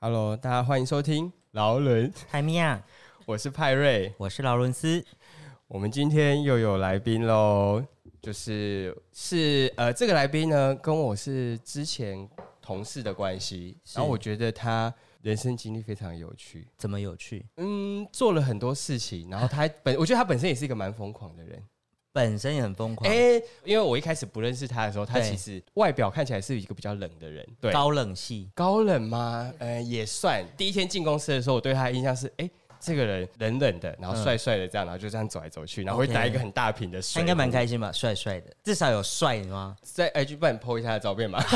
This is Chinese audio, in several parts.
Hello，大家欢迎收听劳伦， 海米亚，我是派瑞。啊我是劳伦斯。我们今天又有来宾喽，就是是呃，这个来宾呢跟我是之前同事的关系，是然后我觉得他人生经历非常有趣，怎么有趣？嗯，做了很多事情，然后他本 我觉得他本身也是一个蛮疯狂的人，本身也很疯狂，哎、因为我一开始不认识他的时候，他对其实外表看起来是一个比较冷的人，对，高冷系，高冷吗？呃，也算。第一天进公司的时候，我对他的印象是，哎、这个人冷冷的，然后帅帅的这样，然后就这样走来走去，然后会嗯 OK 拿一个很大瓶的他水，应该蛮。开心吧？帅帅的，至少有帅吗？在哎 IG 帮你 PO 一下他的照片嘛？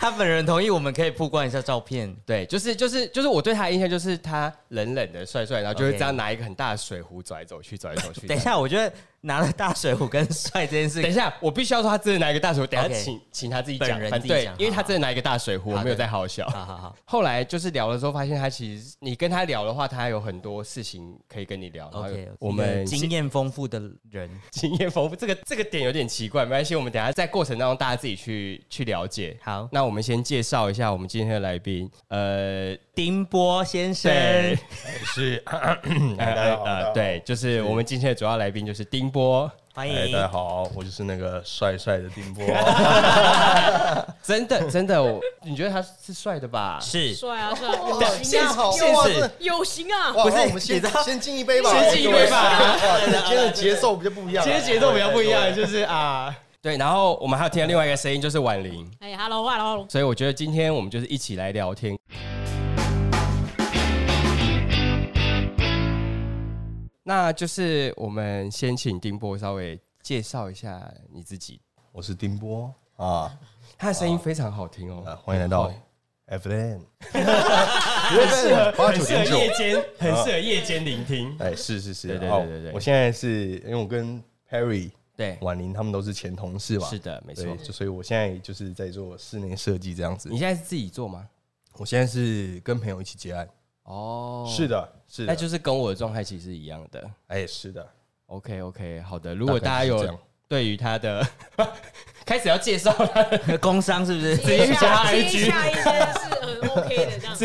他本人同意，我们可以曝光一下照片。对，就是就是就是我对他的印象就是他冷冷的、帅帅，然后就会这样拿一个很大的水壶走来走去，走来走去。等一，下，我觉得拿了大水壶跟帅这件事等一下，我必须要说他真的拿一个大水壶，等一下 OK 请请他自己本讲，人反自己对讲，因为他好好真的拿一个大水壶，我好没有的在好笑。好好好后来就是聊的时候，发现他其实你跟他聊的话，他有很多事情可以跟你聊。然后，OK，我们经验丰富的人，经验丰富，这个这个点有点奇怪，没关系，我们等一下在过程当中大家自己去去了解。好，那我们先介绍一下我们今天的来宾，呃，丁波先生，对，是，呃大家好大家好对，就是我们今天的主要来宾就是丁波，欢哎，迎大。家好，我就是那个帅帅的 丁波，哦真的真的，我你觉得他是帅的吧？是，帅啊帅啊，有等型啊，好现实有型啊！哇不是哦哇我们你知道先先敬一杯吧，先敬一杯吧 各位哇今天的节奏比较不一样啊，今天节奏比较不一哎样，就是啊，对，然后我们还有听到另外一个声音，就是婉玲，哎，hello hello，所以我觉得今天我们就是一起来聊天。那就是我们先请丁波稍微介绍一下你自己，我是丁波啊，他的声音非常好听哦，呃欢迎来到对 FN，很适合八啊很九适合点九夜间，很适合夜间聆听。哎，是是是，对对哦对对对我现在是因为我跟 Perry、 对，婉玲他们都是前同事嘛，是的，没错嗯对，。就所以我现在就是在做室内设计这样子你，现在是自己做吗？我现在是跟朋友一起接案，哦，是，的，是那的，就是跟我的状态其实是一样的。哎，是的， OK OK，好的。如果大家大概是这有样对于他的 开始要介绍了，工商是不是？接加接 IG 下一些是很 OK 的这样。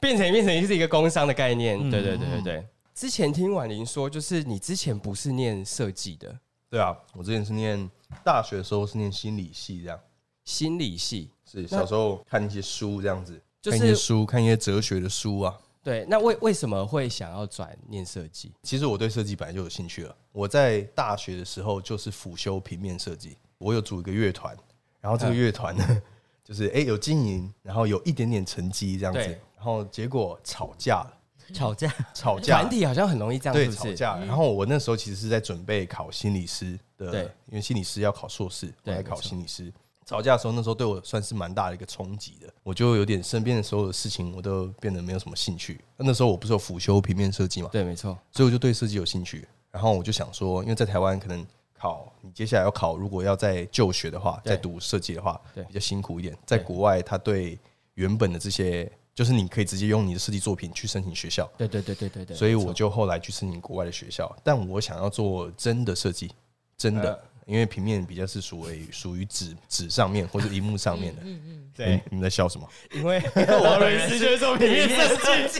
变成变成是一个工商的概念。嗯对对对对对。之前听婉玲说，就是你之前不是念设计的对啊，我之前是念大学的时候是念心理系，这样心理系，是小时候看一些书这样子，就是看一些书，看一些哲学的书啊。对，那为为什么会想要转念设计？其实我对设计本来就有兴趣了，我在大学的时候就是辅修平面设计，我有组一个乐团，然后这嗯个乐团呢，就是哎、有经营，然后有一点点成绩这样子对，然后结果吵架了，吵架，吵架团体好像很容易这样，对是不吵是？嗯架。然后我那时候其实是在准备考心理师的对，因为心理师要考硕士，我对来没考错心理师。吵架的时候，那时候对我算是蛮大的一个冲击的，我就有点身边的所有的事情，我都变得没有什么兴趣。那时候我不是有辅修平面设计嘛，对，没错，所以我就对设计有兴趣。然后我就想说，因为在台湾可能考你接下来要考，如果要在就学的话，对在读设计的话，对比较辛苦一点。在国外，他对原本的这些，就是你可以直接用你的设计作品去申请学校，对对对对对对。所以没错我就后来去申请国外的学校，但我想要做真的设计，真呃的，因为平面比较是属于属于纸纸上面或者荧幕上面的。嗯嗯对你们在笑什么？因 为我们是就是做平面设计，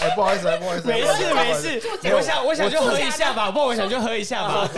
哎、不好意思，不好意思 没事没。事，我想我想就我喝一下吧，不然我想就喝一下吧。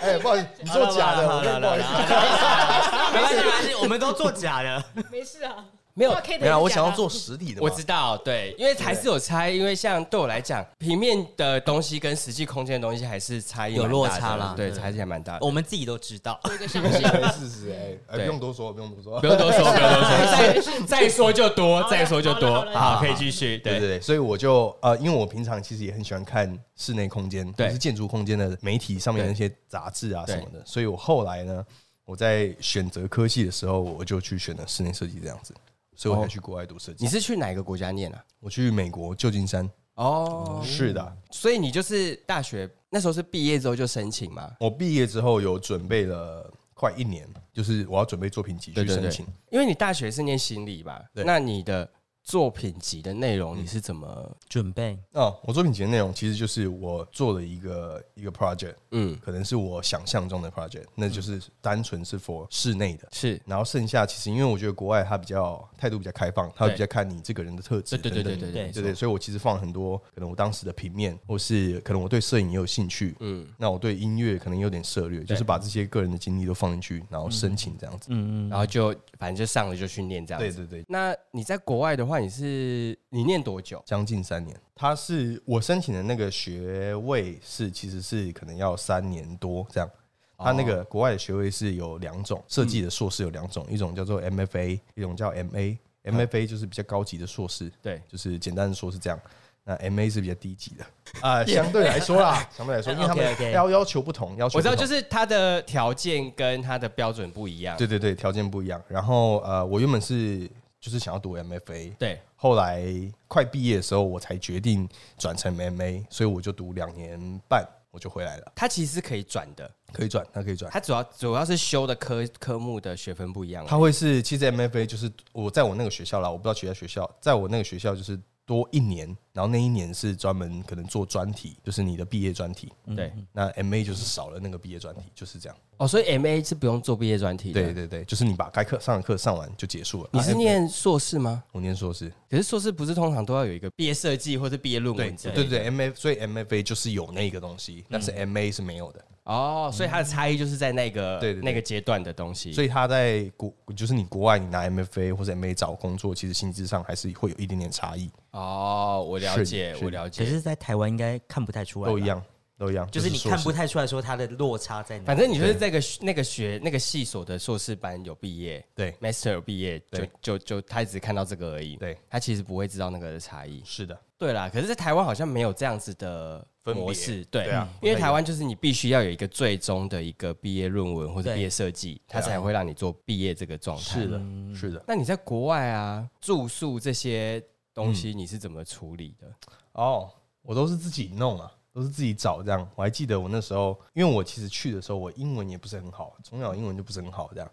哎、不好意思，你好了好了好了，好了没关系没关系，我们都做假的。没事啊，没有那 Kate 也是假的没有，我想要做实体的嘛。我知道，对，因为还是有差，因为像对我来讲，平面的东西跟实际空间的东西还是差异蛮大的有落差啦对，对差异还蛮大的。 我们自己都知道，有一个相信。事实哎，哎对多说，不用多说不。用多说，不用多 没说，再事再说就多，好了再说就多好，了好了好，可以继续。对对对，对，所以我就呃，因为我平常其实也很喜欢看室内空间，对就是建筑空间的媒体上面的那些杂志啊对什么的，所以我后来呢，我在选择科系的时候，我就去选了室内设计这样子，所以我才去国外读设哦计。你是去哪个国家念啊？我去美国旧金山，哦，是的，所以你就是大学那时候是毕业之后就申请吗？我毕业之后有准备了快一年，就是我要准备作品集去申请。因为你大学是念心理吧？对那你的作品集的内容，你是怎么准备啊，我作品集的内容其实就是我做了一个一个 project，嗯可能是我想象中的 project，那就是单纯是 for 室内的。是然后剩下其实因为我觉得国外它比较态度比较开放，它会对比较看你这个人的特质对对等等对对的，对对对对对，所以我其实放很多可能我当时的平面，或是可能我对摄影也有兴趣，嗯，那我对音乐可能有点涉略，就是把这些个人的经历都放进去，然后申请这样子。然后就反正就上了就去嗯念这样对子。对对，那你在国外的话，你是你念多久？将近三年，他是我申请的那个学位是其实是可能要三年多这样。他那个国外的学位是有两种，设计的硕士有两种，一种叫做 MFA，一种叫 MA。MFA 就是比较高级的硕士，对，就是简单的说是这样。那 MA 是比较低级的 啊、相对来说啦，相对来说，因为他 OK，OK 们要要求不同，要求我知道，不同就是他的条件跟他的标准不一样。对对对，条件不一样。然后呃，我原本是就是想要读 MFA，对后来快毕业的时候，我才决定转成 MA，所以我就读两年半，我就回来了。他其实是可以转的，可以转，那可以转。他主要主要是修的科科目的学分不一样。啊它会是，其实 MFA 就是我在我那个学校啦，我不知道其他学校，在我那个学校就是多一年，然后那一年是专门可能做专题，就是你的毕业专题。对那 MA 就是少了那个毕业专题，就是这样。哦，所以 M A 是不用做毕业专题的。对，对对，就是你把该课上的课上完就结束了。你是啊念硕士吗？我念硕士，可是硕士不是通常都要有一个毕业设计或者毕业论对文之类对的对，MF 所以 MFA 就是有那个东西，但是 MA 是没有的。哦，所以它的差异就是在那个嗯对对对那个阶段的东西。所以以他在国，就是你国外你拿 MFA 或者 MA 找工作，其实薪资上还是会有一点点差异，哦，我了解是，是我了可解。是，在台湾应该看不太出来，都一，样，都一样。就是你硕看士不太出来说它的落差在哪。反正你就是这个那个学那个系所的硕士班有毕业，对，master 有毕业，就对就就他只看到这个而已，对，他其实不会知道那个的差异。是的，对啦，可是，在台湾好像没有这样子的分别模式，对嗯对啊因为台湾就是你必须要有一个最终的一个毕业论文或者对毕业设计，它才会让你做毕业这个状态。啊是的，是的。那你在国外啊，住宿这些东西嗯你是怎么处理的？哦，我都是自己弄啊，都是自己找这样。我还记得我那时候，因为我其实去的时候，我英文也不是很好，从小英文就不是很好这样，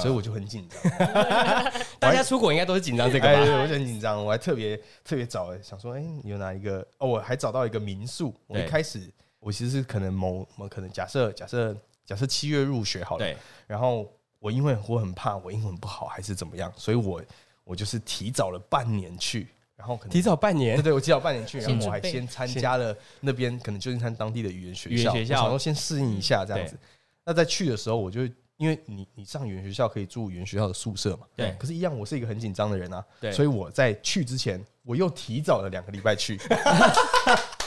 所以我就很紧张。大家出国应该都是紧张这个哎，吧？对，我就很紧张，我还特别特别找，想说，哎、有哪一个？哦，我还找到一个民宿。我一对开始，我其实是可能某某可能假设假设假设七月入学好了，对，然后我因为我很怕我英文不好还是怎么样，所以我我就是提早了半年去，然后可能提。早半对年，对，我提早半年去，然先后我准还备先参加了那边可能旧金山当地的语言学校，语言学校我想说先适应一下这样子对。那在去的时候，我就因为你你上语言学校可以住语言学校的宿舍嘛，对可是，一样我是一个很紧张的人啊，对所以我在去之前，我又提早了两个礼 拜去，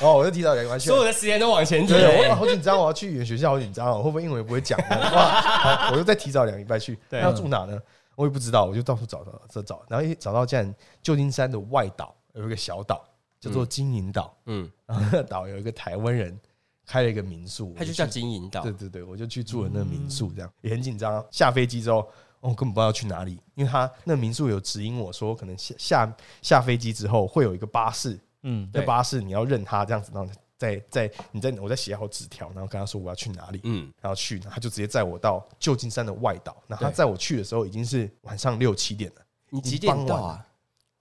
哦，我又提早两个礼拜去所。有的时间都往前对，我推。哇好紧张，我要去语言学校，好紧张哦，会不会英文也不会讲 呢？哇，好我又再提早两个礼拜去，那要住哪呢？我也不知道，我就到处找找找找，然后一找到竟然旧金山的外岛有一个小岛叫做金银岛，嗯，然后那岛有一个台湾人开了一个民宿，它我就去叫金银岛对。对对，我就去住了那个民嗯宿，这样、也很紧张、啊。下飞机之后，哦，我根本不知道去哪里，因为他那民宿有指引我说，可能下下下飞机之后会有一个巴士，嗯，那对巴士你要认它，这样子，然后再再你再我再写好纸条，然后跟他说我要去哪里，嗯，然后去，然后他就直接载我到旧金山的外岛。那他对载我去的时候已经是晚上六七点了，你几已点经到傍晚啊了？？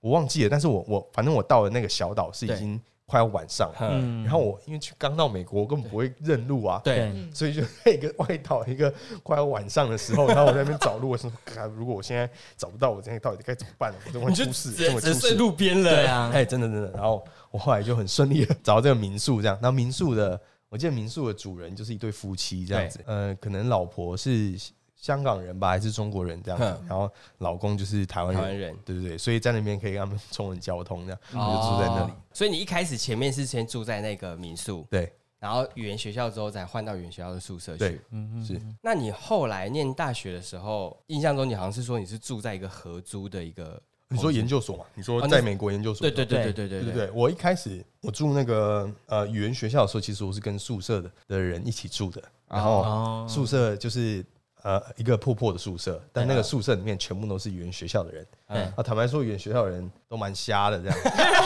我忘记了，但是我我反正我到了那个小岛是已对经快要晚上了。嗯，呃然后我因为去刚到美国，我根本不会认路啊，对，嗯所以就在一个外岛，一个快要晚上的时候，然后我在那边找路，我想说，干如果我现在找不到，我现在到底该怎么办？我就会你就出只事，这么出只事睡。路边对了。啊，哎，真的真的。然后我后来就很顺利的找到这个民宿，这样。那民宿的，我记得民宿的主人就是一对夫妻这样子，呃，可能老婆是香港人吧，还是中国人这样子哼，然后老公就是台湾台人，湾人对对对，所以在那边可以跟他们中文交通，这样我就住在那里哦。。所以你一开始前面是先住在那个民宿，对然后语言学校之后再换到语言学校的宿舍去对。，是那你后来念大学的时候，印象中你好像是说你是住在一个合租的一个，哦你说研究所嘛？你说哦那在是美国研究所对嘛？对对对对对对对，我一开始我住那个呃语言学校的时候，其实我是跟宿舍的的人一起住的，然后哦，宿舍就是。呃一个破破的宿舍，但那个宿舍里面全部都是语言学校的人。嗯啊，坦白说，语言学校的人都蛮瞎的，这样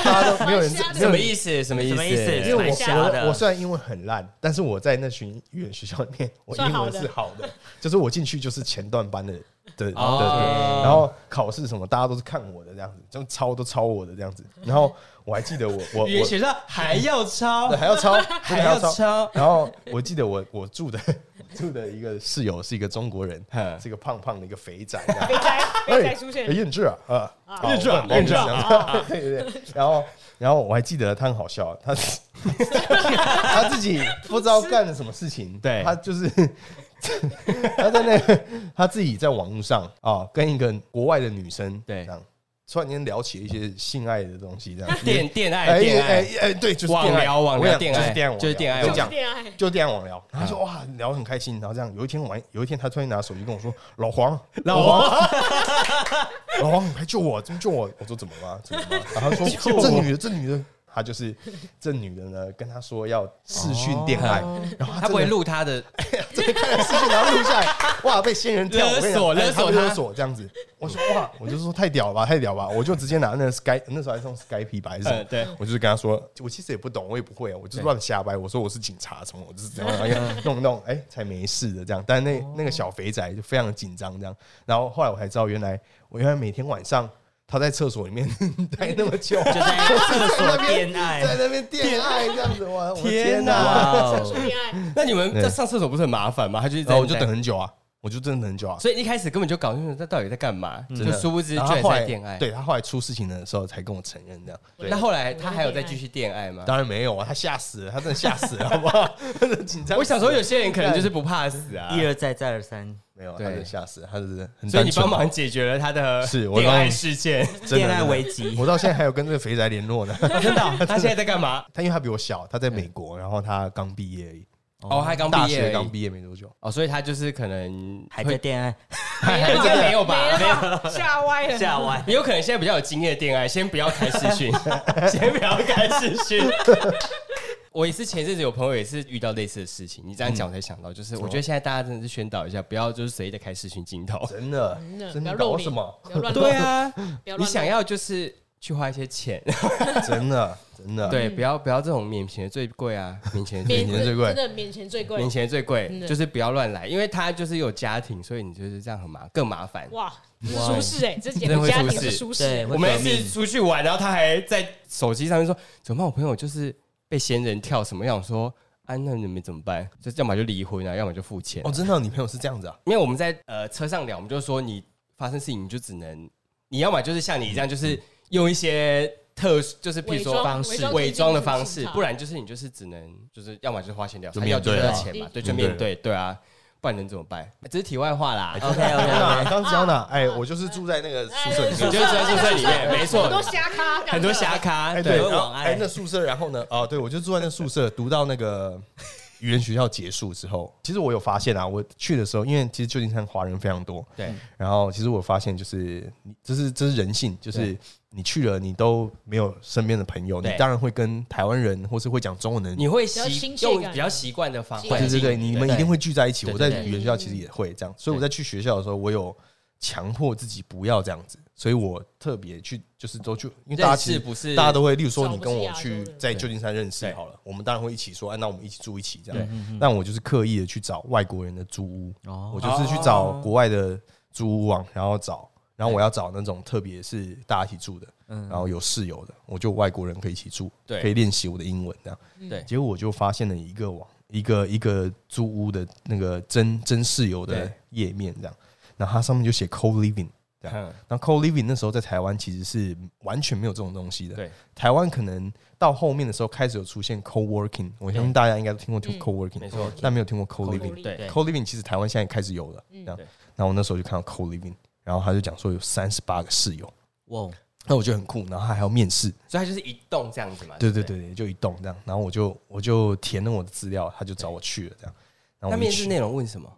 大家都没有人蛮瞎的没什有么人。意思？啊什么意什么意思因为蛮我瞎的我我虽然英文很烂，但是我在那群语言学校里面，我算英好文的是好的，就是我进去就是前段班的的的哦的，然后考试什么大家都是看我的这样子，就抄都抄我的这样子。然后我还记得我我语言我学校还要抄对，还要抄，真的要抄。抄然后我记得我我住的我住的一个室友是一个中国人嗯，是一个胖胖的一个肥宅这样。肥宅肥宅出哎现，燕志啊，啊，啊燕志啊，燕志啊， 对对对。然后，然后我还记得他很好笑，他他自己不知道干了什么事情，对他就是 他在那个他自己在网络上啊，跟一个国外的女生对这样，突然间聊起一些性爱的东西，这 样恋恋哎爱恋哎爱哎，对，就是网电爱聊网我跟你聊讲恋就是爱电爱，就是恋爱网嗯我跟你就是讲。恋爱，就电爱网聊，然后他说哇聊得很开心，然后这样有一天晚有一天他突然拿手机跟我说老黄 老黄老黄你快救我怎么救我？我说怎么了怎么了？然后 他说我这女的这女的，她就是这女的呢跟他说要视讯恋爱，然后哦嗯他他不会录他 的，真的看了视讯然后录下来，哇被仙人跳，勒我跟你讲索哎勒他索被勒他索这样子，我说哇我就说太屌了吧太屌了吧，我就直接拿那个 Sky 那时候还是用 Skype 吧还是什么呃，对，我就是跟他说，我其实也不懂，我也不会啊，我就是乱瞎掰。我说我是警察什么，我就是这样，然后弄弄，哎、才没事的这样。但哦那那个小肥仔就非常紧张这样。然后后来我才知道，原来我原来每天晚上他在厕所里面 待那么 久，就在厕所恋在爱，那边恋爱这样子，哇！我的天哪、哪享 受恋爱，哦那你们对在上厕所不是很麻烦吗？他就是然在后我就等，很久啊，我就真的等很久啊。所以一开始根本就搞不清楚他到底在干嘛，真就的殊不知嗯然居后然后在来恋爱。，对他后来出事情的时候才跟我承认这样。对那，后来他还有再继续恋爱吗？当然没有啊，他吓死了，他真的吓死了，好不好？ 真的紧张死了。我想说，有些人可能就是不怕死啊，一而再再而三，没有啊，他对真的吓死了，他是很单纯。所以你帮忙解决了他的是我恋帮爱忙事 件。哦真的恋爱危机， 我到现在还有跟这个肥宅联络呢。 真的，啊他现在在干嘛？他因为他比我小，他在美国，然后他刚毕业而已，哦，他刚大毕业而学已，刚毕业没多久。哦，所以他就是可能还在会恋爱，还应该没有吧？没了，吓歪了，吓 歪。也有可能现在比较有经验的恋爱，先不要开视 讯，先不要开视讯。 我也是前阵子有朋友也是遇到类似的事情，你这样讲我才想到，就是我觉得现在大家真的是宣导一下，不要就是随意的开视讯镜头。真的真的，真不要的露搞脸什么？不 要乱对乱，啊，不要乱你乱想要就是去花一些钱，真的，真的。，对，不要不要这种免钱的最贵啊，免钱的最嗯免贵钱最贵真的免钱最贵免，钱的最真贵，的就是不要乱来，因为他就是有家庭，所以你就是这样很麻更麻烦。哇，舒适哎，这简真的直会家出庭是事舒对适，我们一次出去玩，然后他还在手机上面说：“怎么办？我朋友就是被仙人跳什么样？”我说：“啊，那你们怎么办？就要么就离婚啊，要么就付钱、哦，真的，你朋友是这样子啊？因为我们在呃车上聊，我们就说你发生事情，你就只能你要么就是像你这样，就是用一些特殊，就是譬如伪说装伪装伪装的方自己式去，不然就是你就是只能就是要么就是花钱聊，就还要面就对是啊要钱嘛，对，就面面对，对啊，不然能怎么办？这是题外话啦。 OK OK，啊，刚讲哪？哎，我就是住在那个宿舍你里哎面。就是在宿舍里面，没错很，多瞎咖，很多侠咖，哎，对对，有然后网爱哎，那宿舍，然后呢？哦，对，我就住在那宿舍，读到那个语言学校结束之后，其实我有发现啊，我去的时候，因为其实旧金山华人非常多，对。然后其实我发现就是你，这是这是人性，就是对你去了你都没有身边的朋友，你对当然会跟台湾人或是会讲中文的人，你会比较习亲切用感比较习惯的方对环对对境，对，你们一定会聚在一起。对我在对对语言学校其实也会这样，所以我在去学校的时候，我有强迫自己不要这样子，所以我特别去就是都去，因为大家认其识实。不是大家都会，例如说找你不跟是我亚洲去人在对旧金山认识对好了，我们当然会一起说，哎，那我们一起住一起这嗯对样。但我就是刻意的去找外国人的租屋，嗯哦我就是去找国外的租屋网，然后找，然后我要找那种特别是大家一起住的，然后有室友的，我就外国人可以一起住，嗯对可以练习我的英文这样。对嗯结果我就发现了一个网，一个一个租屋的那个真真室友的对页面这样，然后它上面就写 co living。这样嗯然后 co living 那时候在台湾其实是完全没有这种东西的，对，台湾可能到后面的时候开始有出现 co working，我相信大家应该都听过嗯 co working，、没错，但没有听过 co living。对 co living 其实台湾现在开始有了，这嗯样对。然后我那时候就看到 co living，然后他就讲说有三十八个室友，哇，那我觉得很酷。然后他还要面试，所以它就是一栋这样子嘛。对对啊对不，对对，就一栋这样。然后我就我就填了我的资料，他就找我去了这样。然那后我一面试去，内容问什么？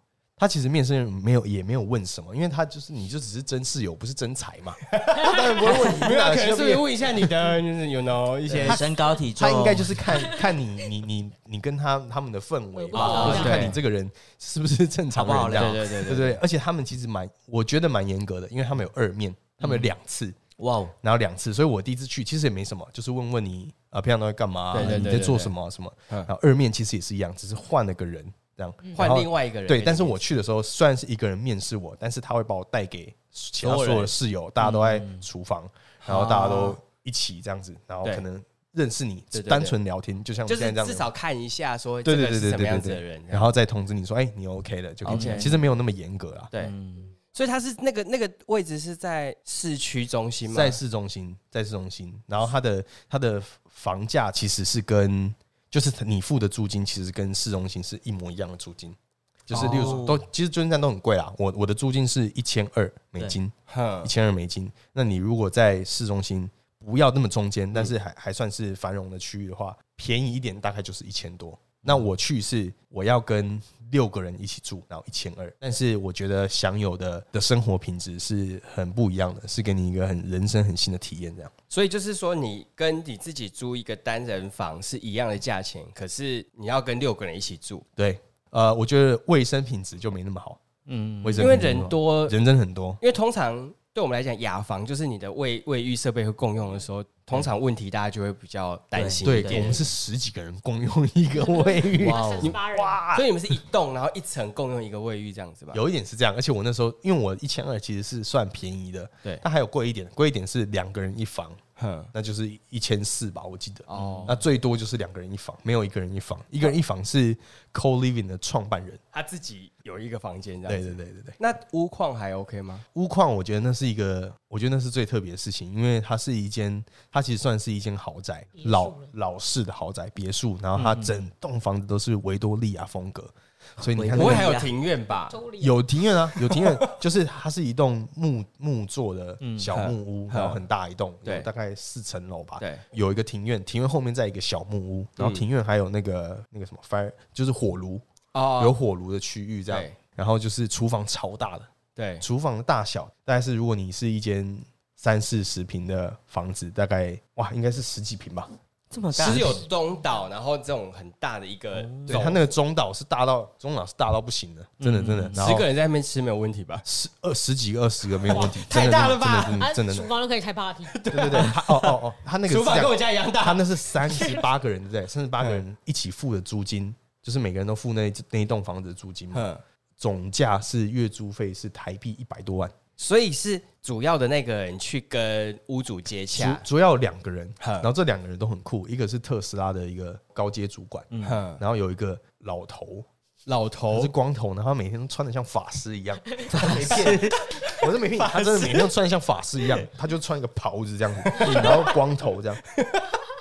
他其实面试人没有也没有问什么，因为他就是你就只是真室友，不是真才嘛，他 当然不会问 你没你有，哪可个能系是毕业问一下你的，就是 you know 一 些对身高体重，他应该就是看哦看你你你你跟他他们的氛围吧，哦或是看对你这个人是不是正好常人不好这样，聊对对对对对对，而且他们其实蛮，我觉得蛮严格的，因为他们有二面，他们有两次，哇哦，然后两次，所以我第一次去其实也没什么，就是问问你啊，平常都在干嘛啊，对对对你对在做什么啊什么，嗯然后二面其实也是一样，只是换了个人这样，然换后另外一个人。对，但是我去的时候虽然是一个人面试我，但是他会把我带给其他所有所有的人嗯室友，大家都在厨房，然后大家都一起这样子，然后对可能认识你对对，对单纯聊天，就像我就们现是在这样至子。少看一下，说对这对个对是对什么对样子对的人对，，然然后后再通知你说，哎，你 OK 了就可以进来。 OK 其实没有那么严格啊啦，对，嗯所以他是那个那个位置是在市区中心吗？在市中心，在市中心，然后它的它的房价其实是跟就是你付的租金其实跟市中心是一模一样的租金，就是例如说哦都其实租金站都很贵啦，我我的租金是一千二美金，哼一千二美金。那你如果在市中心，不要那么中间，但是嗯还还算是繁荣的区域的话，便宜一点大概就是一千多。那嗯我去是我要跟六个人一起住，然后一千二，但是我觉得享有的的生活品质是很不一样的，是给你一个很人生很新的体验。这样所以就是说，你跟你自己租一个单人房是一样的价钱，可是你要跟六个人一起住，对，呃，我觉得卫生品质就没那么好，嗯，卫生因为品质没那么人好，多，人真的很多，因为通常对我们来讲，雅房就是你的卫卫浴设备会共用的时候，通常问题大家就会比较担心一对点。我们是十几个人共用一个卫浴，哇哦三十八人，所以你们是一栋，然后一层共用一个卫浴这样子吧？有一点是这样，而且我那时候因为我一千二其实是算便宜的，对但还有贵一点，贵一点是两个人一房，哼，那就是一千四吧，我记得。哦那最多就是两个人一房，没有一个人一房，一个人一房是 Co Living 的创办人。他自己有一个房间这样对子。对对对对，那屋况还 OK 吗？屋况我觉得那是一个，我觉得那是最特别的事情，因为它是一间，它其实算是一间豪宅，别墅老了老式的豪宅别墅，然后嗯它整栋房子都是维多利亚风格，所以你看不那会个还有庭院吧？周里有庭院 啊，有庭院，就是它是一栋木木做的小木屋，嗯然后很大一栋，对有大概四层楼吧。对，有一个庭院，庭院后面再一个小木屋，然后嗯庭院还有那个那个什么 fire，就是火炉，哦有火炉的区域这样对。然后就是厨房超大的，对，厨房的大小大概是如果你是一间三四十平的房子，大概哇应该是十几平吧。嗯这么大只有东岛，然后这种很大的一个对，它那个中岛是大到中岛是大到不行的，真的真的。然嗯十后个人在那边吃没有问题吧？十二十几个二十个没有问题， 太真的大了吧真的啊，真的真的真厨的。房都可以开 party，对对对，他哦哦哦，他那个是厨房这样跟我家一样他大，那是三十八个人，对不对？三十八个人一起付的租金，就是每个人都付那那一栋房子的租金嘛，哼，总价是月租费是台币一百多万，所以是主要的那个人去跟屋主接主洽，主要有两个人，哼然后这两个人都很酷，一个是特斯拉的一个高阶主管，哼，然后有一个老头，老他头是光头，然后他每天都穿的像法师一样， 没骗你，我是没骗你，他真的每天都穿的像法师一样，他就穿一个袍子这样子，然后光 头这样，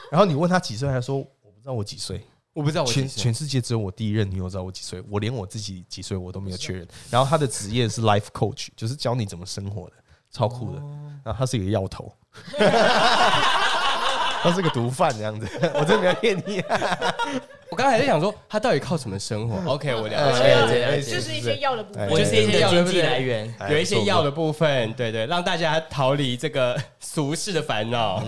然后你问他几岁，他说我不知道我几岁。我不知道我全几岁全世界只有我第一任女友知道我几岁，我连我自己几岁我都没有确认。然后她的职业是 life coach，就是教你怎么生活的，超酷的。哦然后她是一个药头， 她是个毒贩这样子，我真的没有骗你、啊。我刚才在想说他到底靠什么生活？OK，我了解哎了解哎了哎解就，是一些药的部分哎。我就是一些的药对经不济对来源，哎有一些药不的部分，对对，让大家逃离这个 俗世的烦恼。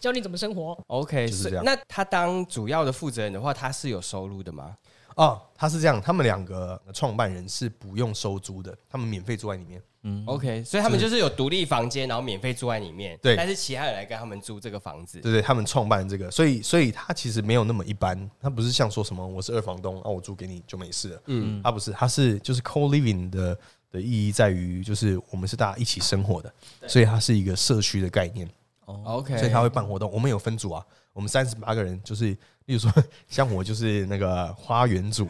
教你怎么生活。 OK，嗯就是所以这样那他当主要的负责人的话，他是有收入的吗？错哦，他是这样，他们两个创办人是不用收租的，他们免费住在里面。 OK，所以他们就是有独立房间，然后免费住在里面。对但是其他人来跟他们租这个房子。对对，他们创办这个，所以所以他其实没有那么一般，他不是像说什么我是二房东啊，我租给你就没事了，嗯，他不是，他是就是 co living 的的意义在于就是我们是大家一起生活的，所以它是一个社区的概念， OK，所以他会办活动，我们有分组啊，我们三十八个人就是，例如说像我就是那个花园 组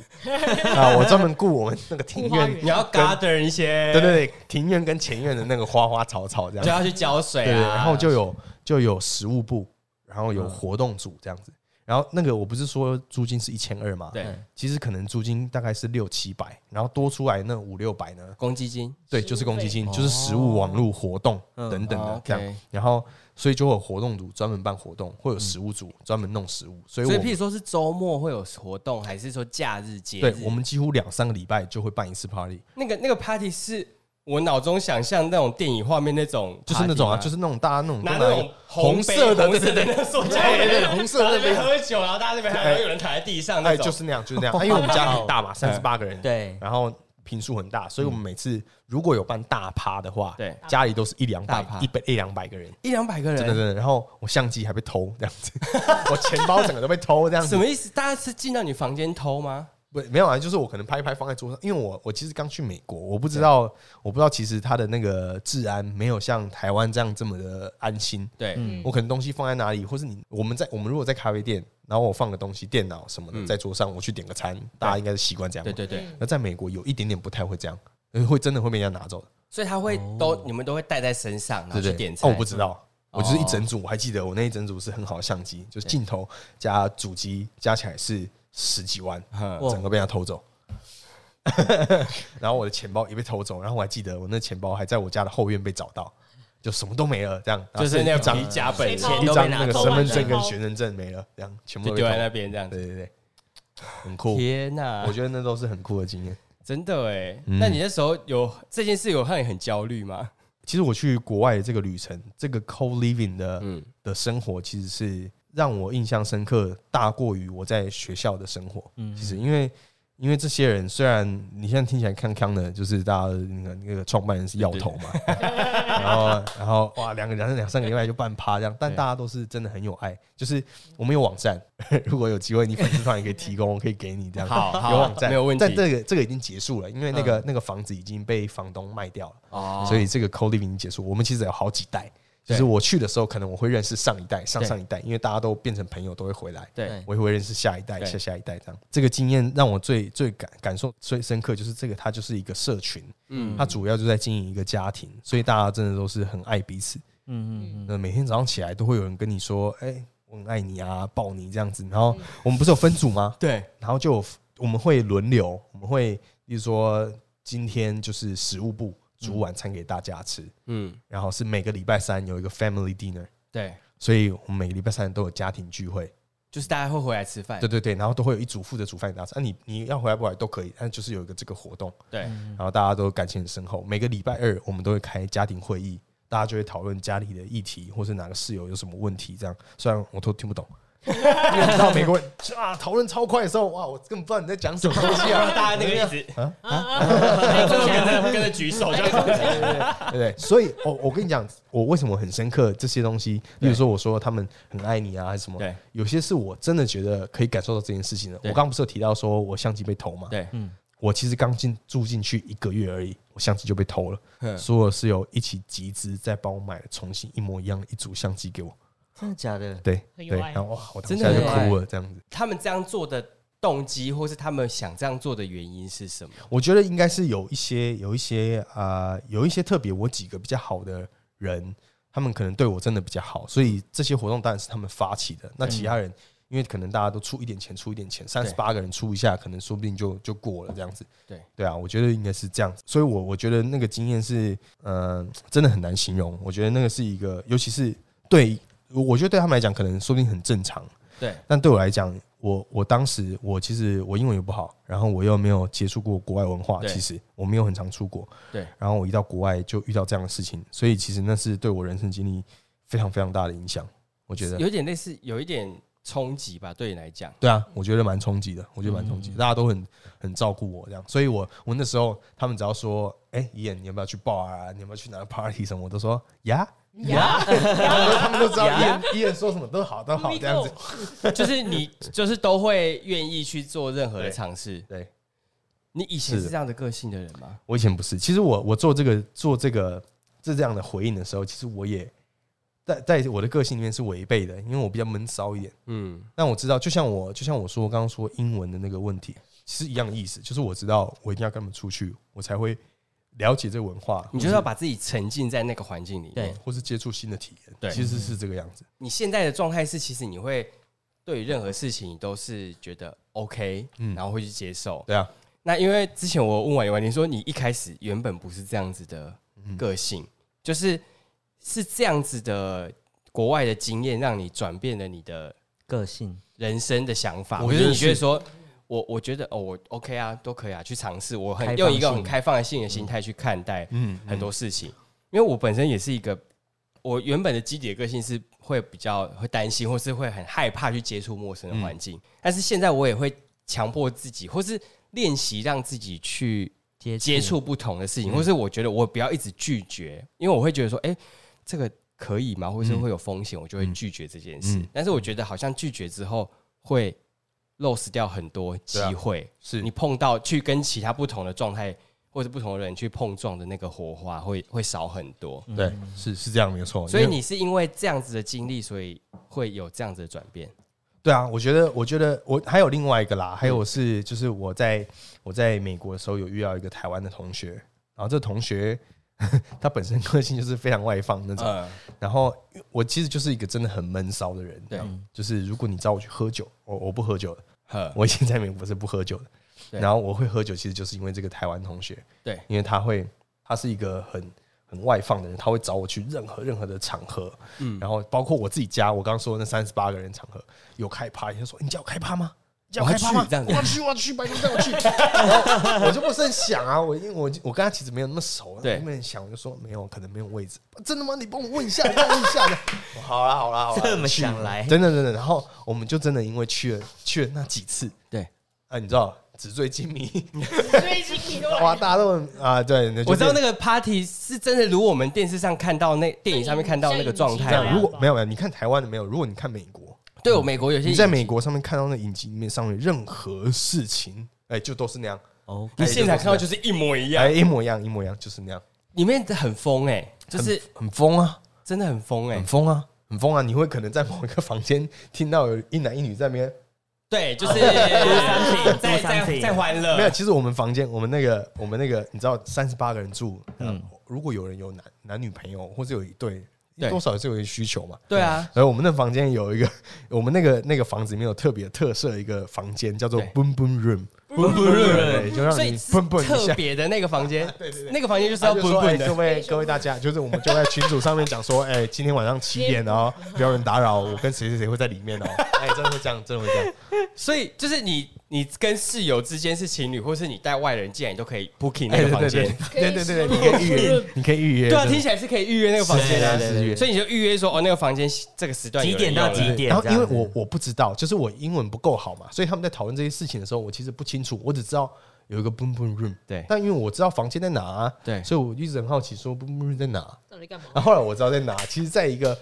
啊，我专门雇我们那个庭顾花院园，你要 garden 一些，对对，对，庭院跟前院的那个花花草草这样就，要去浇水对对，啊，嗯然后就有就有食物部，然后有活动组这样子。然后那个我不是说租金是一千二嘛，对，其实可能租金大概是六七百，然后多出来那五六百呢，公积金对，食物就是公积金，费就是食物、网络活动嗯等等的哦这 OK 样。然后，所以就会有活动组专门办活动，会有食物组专门弄食物。所嗯所以，以我譬如们说是周末会有活动，还是说假日节日？对我们几乎两三个礼拜就会办一次 party，那个那个 party 是我脑中想象那种电影画面那种 party 吗，就是那种啊，就是那种大家那种拿都那种红色的，红对色对的对那个塑胶对对对杯红色的然后那那边边喝酒，然后大家那边还有人躺在地上那嗯哎，种，就是那样，就是 那样。哎因为我们家很大嘛，三十八个人，对然后平数很大，所以我们每次如果有办大趴的话，对家里都是一两嗯大百趴、一百一两百个人，一两百个人，真的真的。然后我相机还被偷这样 子，我钱包整个都被偷这样子什。么意思？大家是进到你房间偷吗？不没有啊，就是我可能拍一拍放在桌上，因为我我其实刚去美国，我不知道我不知道其实它的那个治安没有像台湾这样这么的安心。对，嗯我可能东西放在哪里，或是你我们在我们如果在咖啡店，然后我放个东西，电脑什么的在桌上，我去点个餐，大家应该是习惯这样。嗯对。对对，那在美国有一点点不太会这样，呃会真的会被人家拿走的，所以他会都你们都会带在身上，然后哦对不对去？点菜。哦哦，我不知道。我就是一整组，我还记得我那一整组是很好的相机，就是镜头加主机加起来是十几万，嗯哇整个被他偷走。 然后我的钱包也被偷走，然后我还记得我那钱包还在我家的后院被找到，就什么都没了，这样就是那然个后皮啊一张夹本谁钱包一都被张拿那个走身份了证跟学生证没了，这样全部就都被丢在偷那边这样子。对对对，很酷，天啊哪！我觉得那都是很酷的经验。真的哎，嗯那你那时候有这件事有让你很焦虑吗？其实我去国外的这个旅程，这个 co living 的、嗯的生活，其实是让我印象深刻，大过于我在学校的生活。嗯其实因为因为这些人，虽然你现在听起来康康的，就是大家的那个那个创办人是药头嘛， 然后然后哇，两个两两三个礼拜就半趴这样，但对大家都是真的很有爱。就是我们有网站， 如果有机会，你粉丝团也可以提供，我可以给你这样。好好有网站没有问题嗯但这个这个已经结束了，因为那个、那个房子已经被房东卖掉了。哦所以这个 co living 已经结束。我们其实有好几代，就是对我去的时候，可能我会认识上一代、上对上一代，因为大家都变成朋友，都会回来。对我也会认识下一代、对下下一代这样。这个经验让我最最感感受最深刻，就是这个它就是一个社群，嗯它主要就在经营一个家庭，所以大家真的都是很爱彼此。嗯嗯那每天早上起来都会有人跟你说：“哎、我很爱你啊，抱你这样子。”然后嗯我们不是有分组吗？对然后就有我们会轮流，我们会，例如说今天就是食物部煮晚餐给大家吃，嗯然后是每个礼拜三有一个 family dinner，对，所以我们每个礼拜三都有家庭聚会。就是大家会回来吃饭对。对对，然后都会有一组负责煮饭给大家吃，啊你你要回来不回来都可以，但就是有一个这个活动，对，然后大家都感情很深厚。每个礼拜二我们都会开家庭会议，大家就会讨论家里的议题，或是哪个室友有什么问题这样。虽然我都听不懂。因为你知道美国人啊，讨论超快的时候，哇，我根本不知道你在讲什么东西啊！大家那个一直啊啊，最后跟着跟着举手，这样子对不对？ 所以，哦我我跟你讲，我为什么很深刻这些东西，例如说，我说他们很爱你啊，还是什么？对，有些是我真的觉得可以感受到这件事情的。我对刚刚不是有提到说我相机被偷嘛？，对，我其实刚进住进去一个月而已，我相机就被偷了。嗯所有室友一起集资再帮我买重新一模一样一组相机给我。真的假的？对，很对，有爱然后哇，我当真下的就很有爱哭了，这样子。他们这样做的动机，或是他们想这样做的原因是什么？我觉得应该是有一些有一些啊、呃有一些特别，我几个比较好的人，他们可能对我真的比较好，所以这些活动当然是他们发起的。那其他人，因为可能大家都出一点钱，出一点钱，三十八个人出一下，可能说不定就就过了这样子。对对啊，我觉得应该是这样子。所以我我觉得那个经验是，呃，真的很难形容。我觉得那个是一个，尤其是对，我觉得对他们来讲，可能说不定很正常。对，但对我来讲，我我当时我其实我英文也不好，然后我又没有接触过国外文化，对其实我没有很常出国，对，然后我一到国外就遇到这样的事情，所以其实那是对我人生经历非常非常大的影响。我觉得，有点类似，有一点冲击吧，对你来讲。 对啊，我觉得蛮冲击的，我觉得蛮冲嗯击，大家都很很照顾我这样，所以我我那时候他们只要说，哎、怡眼你要不要去 bar 啊，你要不要去哪个 party 什么，我都说呀，呀， 他们都知道怡呀眼怡眼说什么都好都好这样子，就是你，就是都会愿意去做任何的尝试。对。你以前是是这样的个性的人吗？我以前不是，其实我我做这个做这个这这样的回应的时候，其实我也在在我的个性里面是违背的，因为我比较闷骚一点。嗯，但我知道，就像我就像我说刚刚说英文的那个问题，其实一样的意思，就是我知道我一定要跟他们出去，我才会了解这个文化，你就是要把自己沉浸在那个环境里面。对或是接触新的体验。对嗯其实是这个样子。你现在的状态是，其实你会对于任何事情都是觉得 OK，然嗯后会去接受。对啊，那因为之前我问婉婉，你说你一开始原本不是这样子的个性，就是是这样子的国外的经验，让你转变了你的个性，人生的想法，我或者觉得你觉得是说，我我觉得哦，我 OK 啊，都可以啊，去尝试，我开很放用一个很性开放性的心态去看待嗯，很多事情，因为我本身也是一个，我原本的基底的个性是会比较会担心，或是会很害怕去接触陌生的嗯环境，但是现在我也会强迫自己，或是练习让自己去接接触不同的事嗯情，或是我觉得我不要一直拒绝，因为我会觉得说，哎、这个可以吗？或是会有风险，我就会拒绝这件事。嗯但是我觉得好像拒绝之后会 lose 掉很多机啊会，是你碰到去跟其他不同的状态或者不同的人去碰撞的那个火花会会少很多。对，是是这样没有错。嗯所以哦因为你是因为这样子的经历，所以会有这样子的转变。对啊，我觉得，我觉得我还有另外一个嗯啦，还有是就是我在我在美国的时候有遇到一个台湾的同学，然后这同学 他本身个性就是非常外放那种，嗯，然后我其实就是一个真的很闷骚的人，对这样，就是如果你找我去喝酒，我我不喝酒的，呵，我以前在美国是不喝酒的，对然后我会喝酒，其实就是因为这个台湾同学，对因为他会，他是一个很很外放的人，他会找我去任何任何的场合，嗯，然后包括我自己家，我刚刚说的那三十八个人场合有开趴，他说你叫我开趴 吗？你叫我开趴吗我要去这样？子我要去，我要去，白天带我去。然后我就不是很想啊，我因为我我跟他其实没有那么熟，对没有很想，我就说没有，可能没有位置。真的吗？你帮我问一下，你帮我问一下。我 好啦，好啦，好啦，这么去想来真的真的。然后我们就真的因为去了去了那几次，对，啊，你知道纸醉金迷，最近你 都哇，大家都很啊，对，那就我知道那个变 party 是真的，如我们电视上看到那电影上面看到那个状态这吗对。样如果没有没有，你看台湾的没有，如果你看美国，对我美国有些你在影集美国上面看到那影集里面上面任何事情，哎，就都是那样，哦，你现场看到就是一模一样，哎，一模一样，一模一样，就是那样，里面很疯哎、就是很疯啊，真的很疯哎、很疯啊，很疯啊！你会可能在某一个房间听到有一男一女在那边，对，就是在 something，do something 在在欢乐，没有，其实我们房间，我们那个，我们那个，你知道，三十八个人住，嗯，如果有人有男男女朋友，或者有一对，对多少也是有一个需求嘛。对啊，而我们那房间有一个，我们那个那个房子里面有特别特设一个房间，叫做对 Boom Boom Room，蹦蹦对，就让所以你是蹦蹦一特下。别的那个房 间，那个房间就是他要就蹦说：“哎，蹦各的，位各位大家，就是我们就在群组上面讲说，哎，今天晚上七点 哦，不要有人打扰，我跟谁谁谁会在里面哦。哎，真的会这样，真的会这样。所以就是你你跟室友之间是情侣，或是你带外人进来，你都可以 booking 那哎，个对房对对间。对对对，对你可以预约，你可以预约。对啊，听起来是可以预约那个房间啊是是是，所以你就预约说哦，那个房间这个时段有人几点到用了几点然后因为这样我我不知道，就是我英文不够好嘛，所以他们在讨论这些事情的时候，我其实不清楚，我只知道有一个 boom boom room。对但因为我知道房间在哪、啊，对所以我一直很好奇说 boom boom room 在哪。啊到底干嘛？然后后来我知道在哪，其实在一个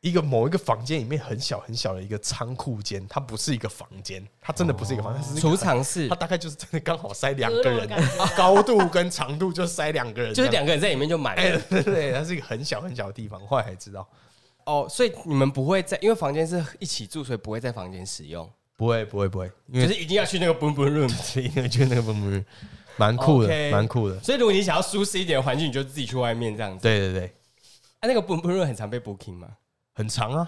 一个某一个房间里面很小很小的一个仓库间，它不是一个房间，它真的不是一个房间，它是一个储藏室它，大概就是真的刚好塞两个阁楼的人感觉啊，高度跟长度就塞两个人就这是样，两个人在里面就满了。哎，对对 对，它是一个很小很小的地方，后来才知道，哦，所以你们不会在，因为房间是一起住，所以不会在房间使用，不会不会不会，因就为是一定要去那个 boom boom room。是因为觉得那个不不，蛮酷的， OK 蛮酷的。所以如果你想要舒适一点的环境，你就自己去外面这样子。对对对，啊，那个 boom boom room 很常被 booking 吗？很 长啊，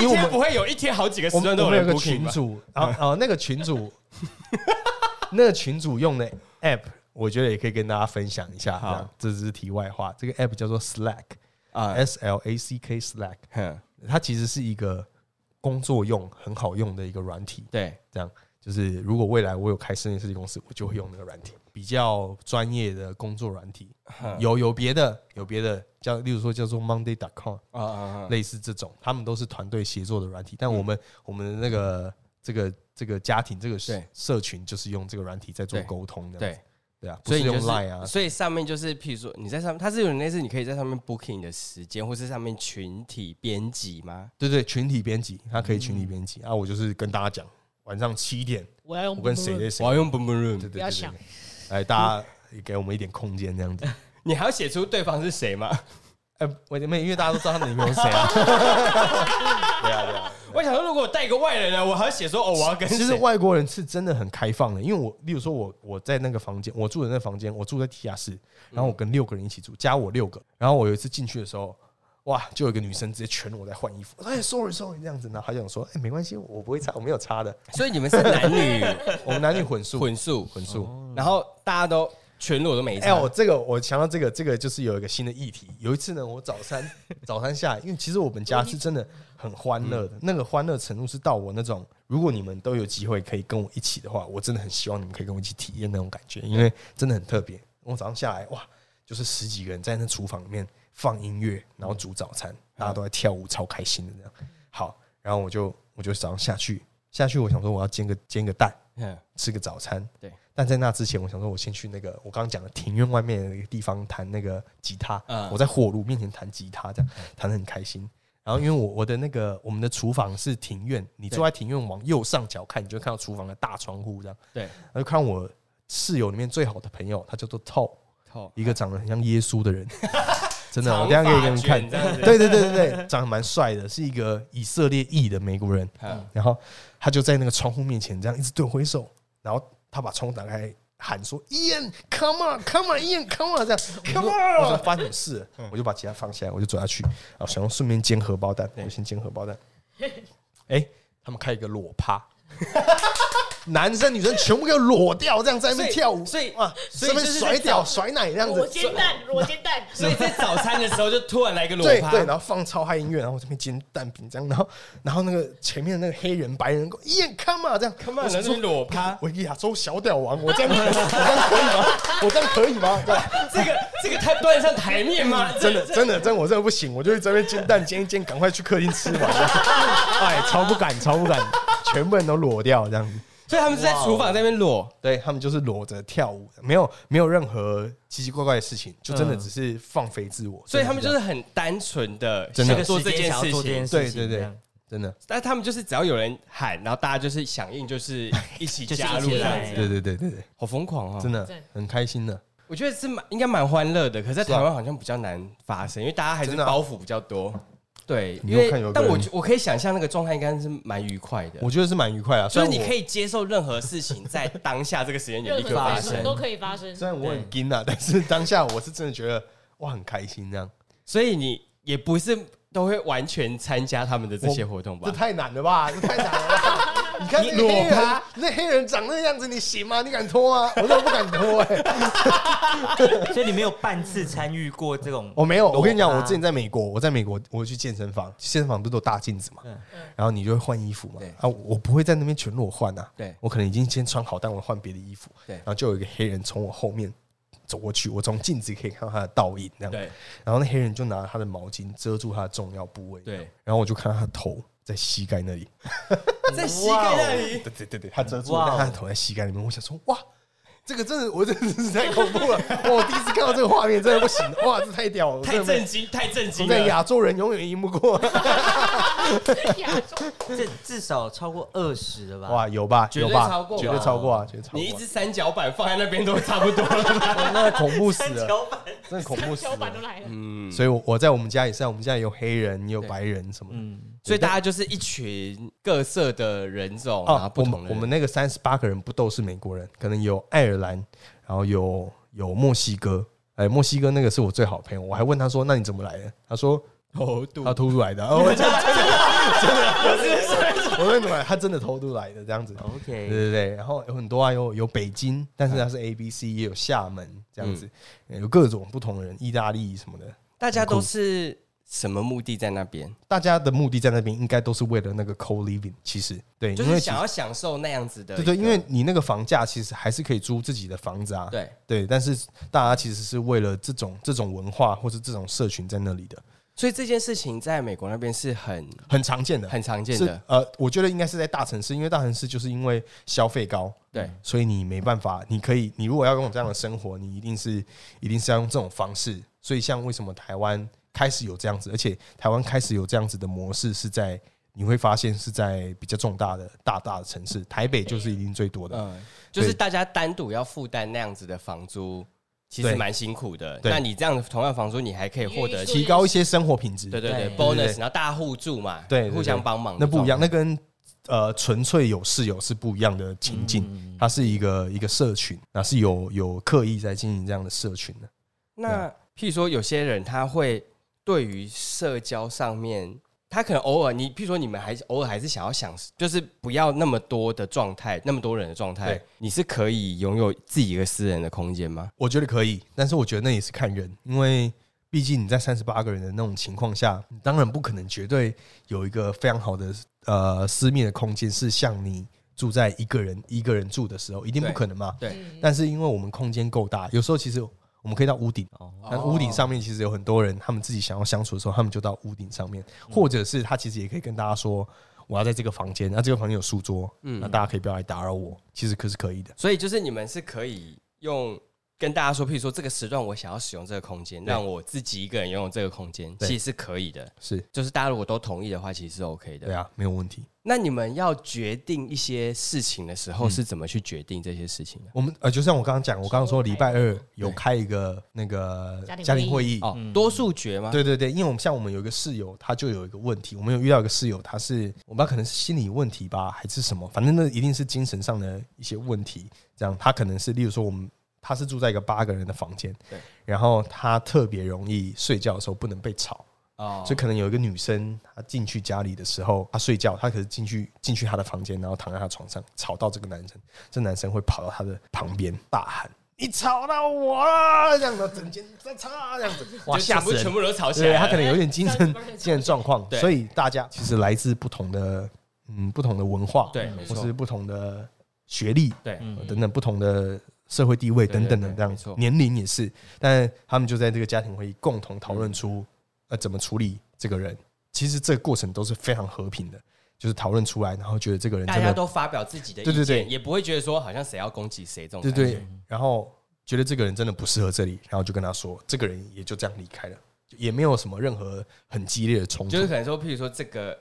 因为我因为我们们不会有一天好几个时我段们都我们有人个 booking 群吗？主，然后哦，那个群主， 那个群主用的 app，我觉得也可以跟大家分享一下。这样好，这只是题外话。这个 app 叫做 Slack，S 啊， L A C K Slack，哼，它其实是一个工作用很好用的一个软体。对，这样就是如果未来我有开室内设计公司，我就会用那个软体，比较专业的工作软体。有有别的，有别的叫，例如说叫做 Monday.com。啊啊类似这种，他们都是团队协作的软体，嗯但我们、我们的那个这个这个家庭这个对社群就是用这个软体在做对沟通的，对，对啊，不所是以你用就是 Line 啊，所以上面就是，譬如说你在上，它是有点类似，你可以在上面 booking 你的时间，或是上面群体编辑吗？对对，群体编辑，它可以嗯群体编辑、啊，我就是跟大家讲晚上七点，我要用我跟谁谁谁我，要用 boom boom 对 room，对不对要对想，来大家给我们一点空间这样 子，你还要写出对方是谁吗？哎、我没有因为大家都知道他们里面有谁啊，对啊对啊。我想说，如果我带一个外人来，我还要写说哦，我要跟其实谁？外国人是真的很开放的，因为我，例如说我我在那个房间，我嗯住的那个房间，我住在地下室，然后我跟六个人一起住，加我六个。然后我有一次进去的时候，哇，就有一个女生直接全我在换衣服，哎，sorry sorry 这样子，然后她想说，哎，没关系，我不会擦，我没有擦的， 所以你们是男女我们男女混宿，混宿，混宿。然后大家都全裸都没哎、差。我这个我强调这个，这个就是有一个新的议题。有一次呢，我早餐早餐下来，因为其实我们家是真的很欢乐嗯的，那个欢乐程度是到我那种，如果你们都有机会可以跟我一起的话，我真的很希望你们可以跟我一起体验那种感觉，因为真的很特别。我早上下来，哇，就是十几个人在那厨房里面放音乐，然后煮早餐，大家都在跳舞，超开心的这样。好，然后我就我就早上下去下去，我想说我要煎个煎个蛋，嗯吃个早餐。对，但在那之前，我想说，我先去那个我刚刚讲的庭院外面的一个地方弹那个吉他。嗯我在火炉面前弹吉他，这样弹的很开心。然后因为我我的那个我们的厨房是庭院，你坐在庭院往右上角看，你就会看到厨房的大窗户这样。对然后就看我室友里面最好的朋友，他叫做 Toe，透一个长得很像耶稣 的人。真的，我嗯长等一下可以给你们发看卷。这样子对对对对对，长得蛮帅的，是一个以色列裔的美国人。嗯然后他就在那个窗户面前这样一直对我挥手，然后他把窗户打开喊说：“Ian，come on，come on，Ian，come on！” 这样，come 我 on！我说发生什么事了？我就把吉他放下来，我就走下去，然后想要顺便煎荷包蛋，我就先煎 荷包蛋。哎，他们开一个裸趴。 男生女生全部给我裸掉，这样在那边所以跳舞，所以哇，所这以边就是甩在屌甩奶这样子，裸煎蛋，裸煎蛋，所以在早餐的时候就突然来一个裸对趴，对，然后放超嗨音乐，然后我这边煎蛋饼这样，然后然后那个前面那个黑人白人跟我一眼看嘛这样， Come on，我想然后说就裸趴我亚洲小屌王，我这样 我这样可以吗？我这样可以吗？对 这个这个太端得上台面吗？ 真的真的真的我真的不行，我就在那边煎蛋煎一煎，赶快去客厅吃完， 这样哎，超不敢超不敢，全部人都裸掉这样子。所以他们是在厨房在那边裸，对他们就是裸着跳舞，没有没有任何奇奇怪怪的事情，就真的只是放飞自我。所以他们真就的这样是很单纯的真的想做这件想事要做这情件。事情，对对这对样，真的，但他们就是只要有人喊，然后大家就是响应，就是一起就是加入 一这起样来子，对对对对对，好疯狂哦！真的真的很开心的。我觉得是蛮应该蛮欢乐的，可是在是啊台湾好像比较难发生，因为大家还是真的啊包袱比较多。对，你因又为看有个但我人觉我可以想象那个状态应该是蛮愉快的，我觉得是蛮愉快啊。就虽是然你我可以接受任何事情在当下这个时间点 任立刻何发发生生，都可以发生。虽然我很惊啊，但是当下我是真的觉得哇很开心这样。所以你也不是都会完全参加他们的这些活动吧这？太难了吧？这太难了 吧。你看那个黑裸人啊趴，那黑人长那样子，你行吗？你敢脱吗？我都不敢脱哎、 所以你没有半次参与过这种，哦我没有，我跟你讲，裸我啊趴之前在美国，我在美国，我去健身房，健身房不是都有大镜子嘛嗯，然后你就会换衣服嘛对，啊，我不会在那边全裸换啊，对我可能已经先穿好，但我换别的衣服，对然后就有一个黑人从我后面走过去，我从镜子可以看到他的倒影，这样，对然后那黑人就拿他的毛巾遮住他的重要部位，对，然后我就看到他的头在膝盖那里， 在膝盖那里。对对对对，他遮住，哇哦但他的头在膝盖里面，我想说哇。这个真的，我真的是太恐怖了！ 哇我第一次看到这个画面，真的不行！哇，这太屌了，我真太的没震惊，太震我惊在了！亚洲人永远赢不过。亚洲这至少超过二十了吧？ 哇，有吧？绝对有吧？超过吧绝对超过啊！绝对超过啊。你一只三角板放在那边都差不 多了吧？那恐怖啊死三了，角板，真的恐怖死小板都了。来了，嗯，所以，我我在我们家也是啊，我们家也有黑人，也有白人什么的。嗯，所以大家就是一群各色的人种啊，哦，不我同们的我人们那个三十八个人不都是美国人？可能有爱尔兰，然后有有墨西哥。哎，墨西哥那个是我最好的朋友，我还问他说：“那你怎么来的？”他说头度：“他偷渡来的。”哦，我真的真的，我说你们，他真的偷渡来的这样子。对 OK，对对，然后有很多啊，有有北京，但嗯是它是 A B C，也有厦门这样子，有各种不同的人，意大利什么的。大家都是什么目的在那边？大家的目的在那边应该都是为了那个 co living，其实对，就因是为其想要享受那样子的一对个。对，因为你那个房价其实还是可以租自己的房子啊，对对，但是大家其实是为了这种这种文化或是这种社群在那里的，所以这件事情在美国那边是很很常见的，很常见是的。呃，我觉得应该是在大城市，因为大城市就是因为消费高，对，所以你没办法，你可以，你如果要跟我这样的生活，你一定是一定是要用这种方式。所以像为什么台湾开始有这样子，而且台湾开始有这样子的模式，是在你会发现是在比较重大的大大的城市，台北就是一定最多的。嗯，就是对大家单独要负担那样子的房租，其实对蛮辛苦的。对那你这样同样房租，你还可以获得你愿意其做提高一些生活品质，对对对对 bonus，对然后大家互助嘛，对对对互相帮忙，那不一样，。那跟呃纯粹有室友是不一样的情境，它是一个一个社群，那是有有刻意在经营这样的社群的。那譬如说，有些人他会对于社交上面，他可能偶尔你，譬如说你们还是偶尔还是想要想，就是不要那么多的状态，那么多人的状态对，你是可以拥有自己一个私人的空间吗？我觉得可以，但是我觉得那也是看人，因为毕竟你在三十八个人的那种情况下，你当然不可能绝对有一个非常好的呃私密的空间，是像你住在一个人一个人住的时候，一定不对可能嘛。对但是因为我们空间够大，有时候其实我们可以到屋顶，但屋顶哦上面其实有很多人，他们自己想要相处的时候，他们就到屋顶上面，或者是他其实也可以跟大家说。我要在这个房间，那、这个房间有书桌，嗯，那大家可以不要来打扰我，其实可是可以的。所以就是你们是可以用跟大家说，譬如说这个时段我想要使用这个空间，对让我自己一个人拥有这个空间，对其实是可以的。是就是大家如果都同意的话，其实是 OK 的。对啊，没有问题。那你们要决定一些事情的时候，是怎么去决定这些事情的？我们呃，就像我刚刚讲，我刚刚说礼拜二有开一个那个家庭家庭会会议，哦，多数决吗？对对对，因为我们像我们有一个室友，他就有一个问题，我们有遇到一个室友，他是我不知道可能是心理问题吧，还是什么，反正那一定是精神上的一些问题。这样，他可能是例如说我们他是住在一个八个人的房间，对，然后他特别容易睡觉的时候不能被吵，哦所以可能有一个女生她进去家里的时候，她睡觉，她可是进去进去她的房间，然后躺在她床上，吵到这个男生，这男生会跑到她的旁边大喊。你吵到我了，这样的整间在吵啊，这样子，哇，就吓全部死人！全部都吵起对，来他了。可能有一点精神精神状况，对所以大家其实来自不同的嗯不同的文化，对，嗯没或错是不同的学历，对呃等等不同的社会地位对对等等的对这样没错，年龄也是，但他们就在这个家庭会议共同讨论嗯出呃怎么处理这个人。其实这个过程都是非常和平的，就是讨论出来，然后觉得这个人大真家的都发表自己的意对见，对对也不会觉得说好像谁要攻击谁这种对感觉。对，然后觉得这个人真的不适合这里，然后就跟他说，这个人也就这样离开了，也没有什么任何很激烈的冲突就是。可能说，譬如说这个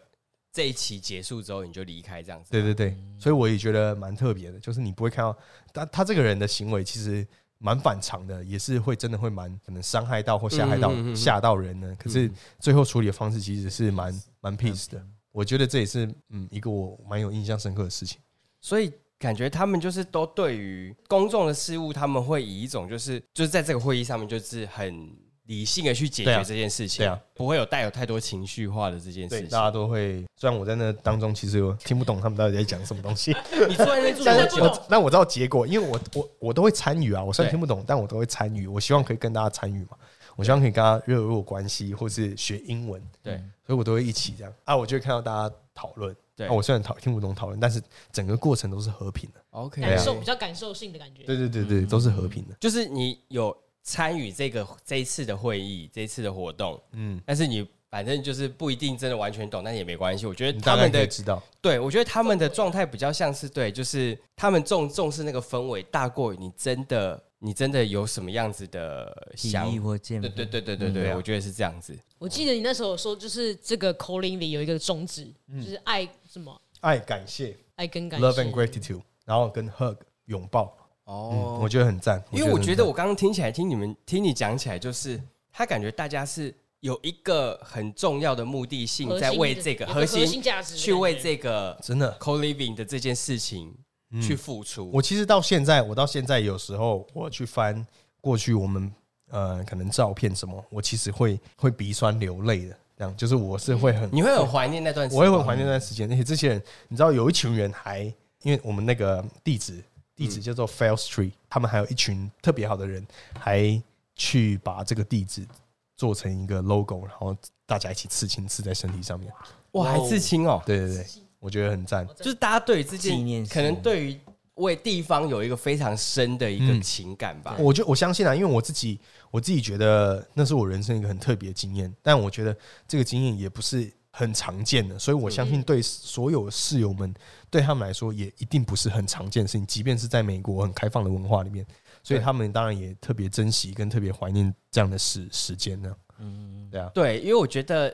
这一期结束之后你就离开这样子。对对对，所以我也觉得蛮特别的，就是你不会看到他他这个人的行为其实蛮反常的，也是会真的会蛮可能伤害到或吓害到嗯嗯嗯嗯吓、到人呢。可是最后处理的方式其实是蛮嗯蛮 peace 的，我觉得这也是嗯一个我蛮有印象深刻的事情。所以感觉他们就是都对于公众的事物，他们会以一种就是就是在这个会议上面就是很理性的去解对决啊这件事情，对啊不会有带有太多情绪化的这件对，事情。大家都会，虽然我在那当中其实有听不懂他们到底在讲什么东 西，你坐在那边住但多是久？我但我知道结果，因为我我我都会参与啊，我虽然对听不懂，但我都会参与。我希望可以跟大家参与嘛，我希望可以跟他热络关系，或是学英文。对嗯所以我都会一起这样啊，我就会看到大家讨论。对啊我虽然讨听不懂讨论，但是整个过程都是和平的。 ，OK，感受对啊比较感受性的感觉。对对对对，都是和平的。就是你有参与这个这一次的会议，这一次的活动，嗯，但是你反正就是不一定真的完全懂，但也没关系。我觉得你他嗯大概们可以的知道，对，我觉得他们的状态比较像是对，就是他们重重视那个氛围，大过于你真的你真的有什么样子的提想议或建对对对对对嗯对对，啊我觉得是这样子。我记得你那时候有说，就是这个 calling 里有一个宗旨，就是爱什么爱、感谢、爱跟感谢 love and gratitude，然后跟 hug 拥抱，嗯，哦我，觉得很赞。因为我觉得很我刚刚听起来，听你们听你讲起来，就是他感觉大家是有一个很重要的目的性，核在心为的这个有个核核心心价值的去为感觉这个赞真的， co living 的这件事情去付出。嗯我其实到现在，我到现在有时候我去翻过去我们呃可能照片什么，我其实会会鼻酸流泪的。这样就是我是会很你会很怀念那段时我也间会吗，怀念那段时间。而且这些人，你知道有一群人还，因为我们那个地址地嗯址叫做 Fail Street，他们还有一群特别好的人，还去把这个地址做成一个 logo，然后大家一起刺青刺在身体上面。哇，还刺青哦，对对对，我觉得很赞。就是大家对于这纪念件，性可能对于为地方有一个非常深的一个嗯情感吧。我就我相信啊，因为我自己我自己觉得那是我人生一个很特别的经验，但我觉得这个经验也不是很常见的，所以我相嗯信对所有室友们，对他们来说也一定不是很常见的事情，即便是在美国很开放的文化里面，所以对他们当然也特别珍惜跟特别怀念这样的时时间呢。嗯，对啊，对，因为我觉得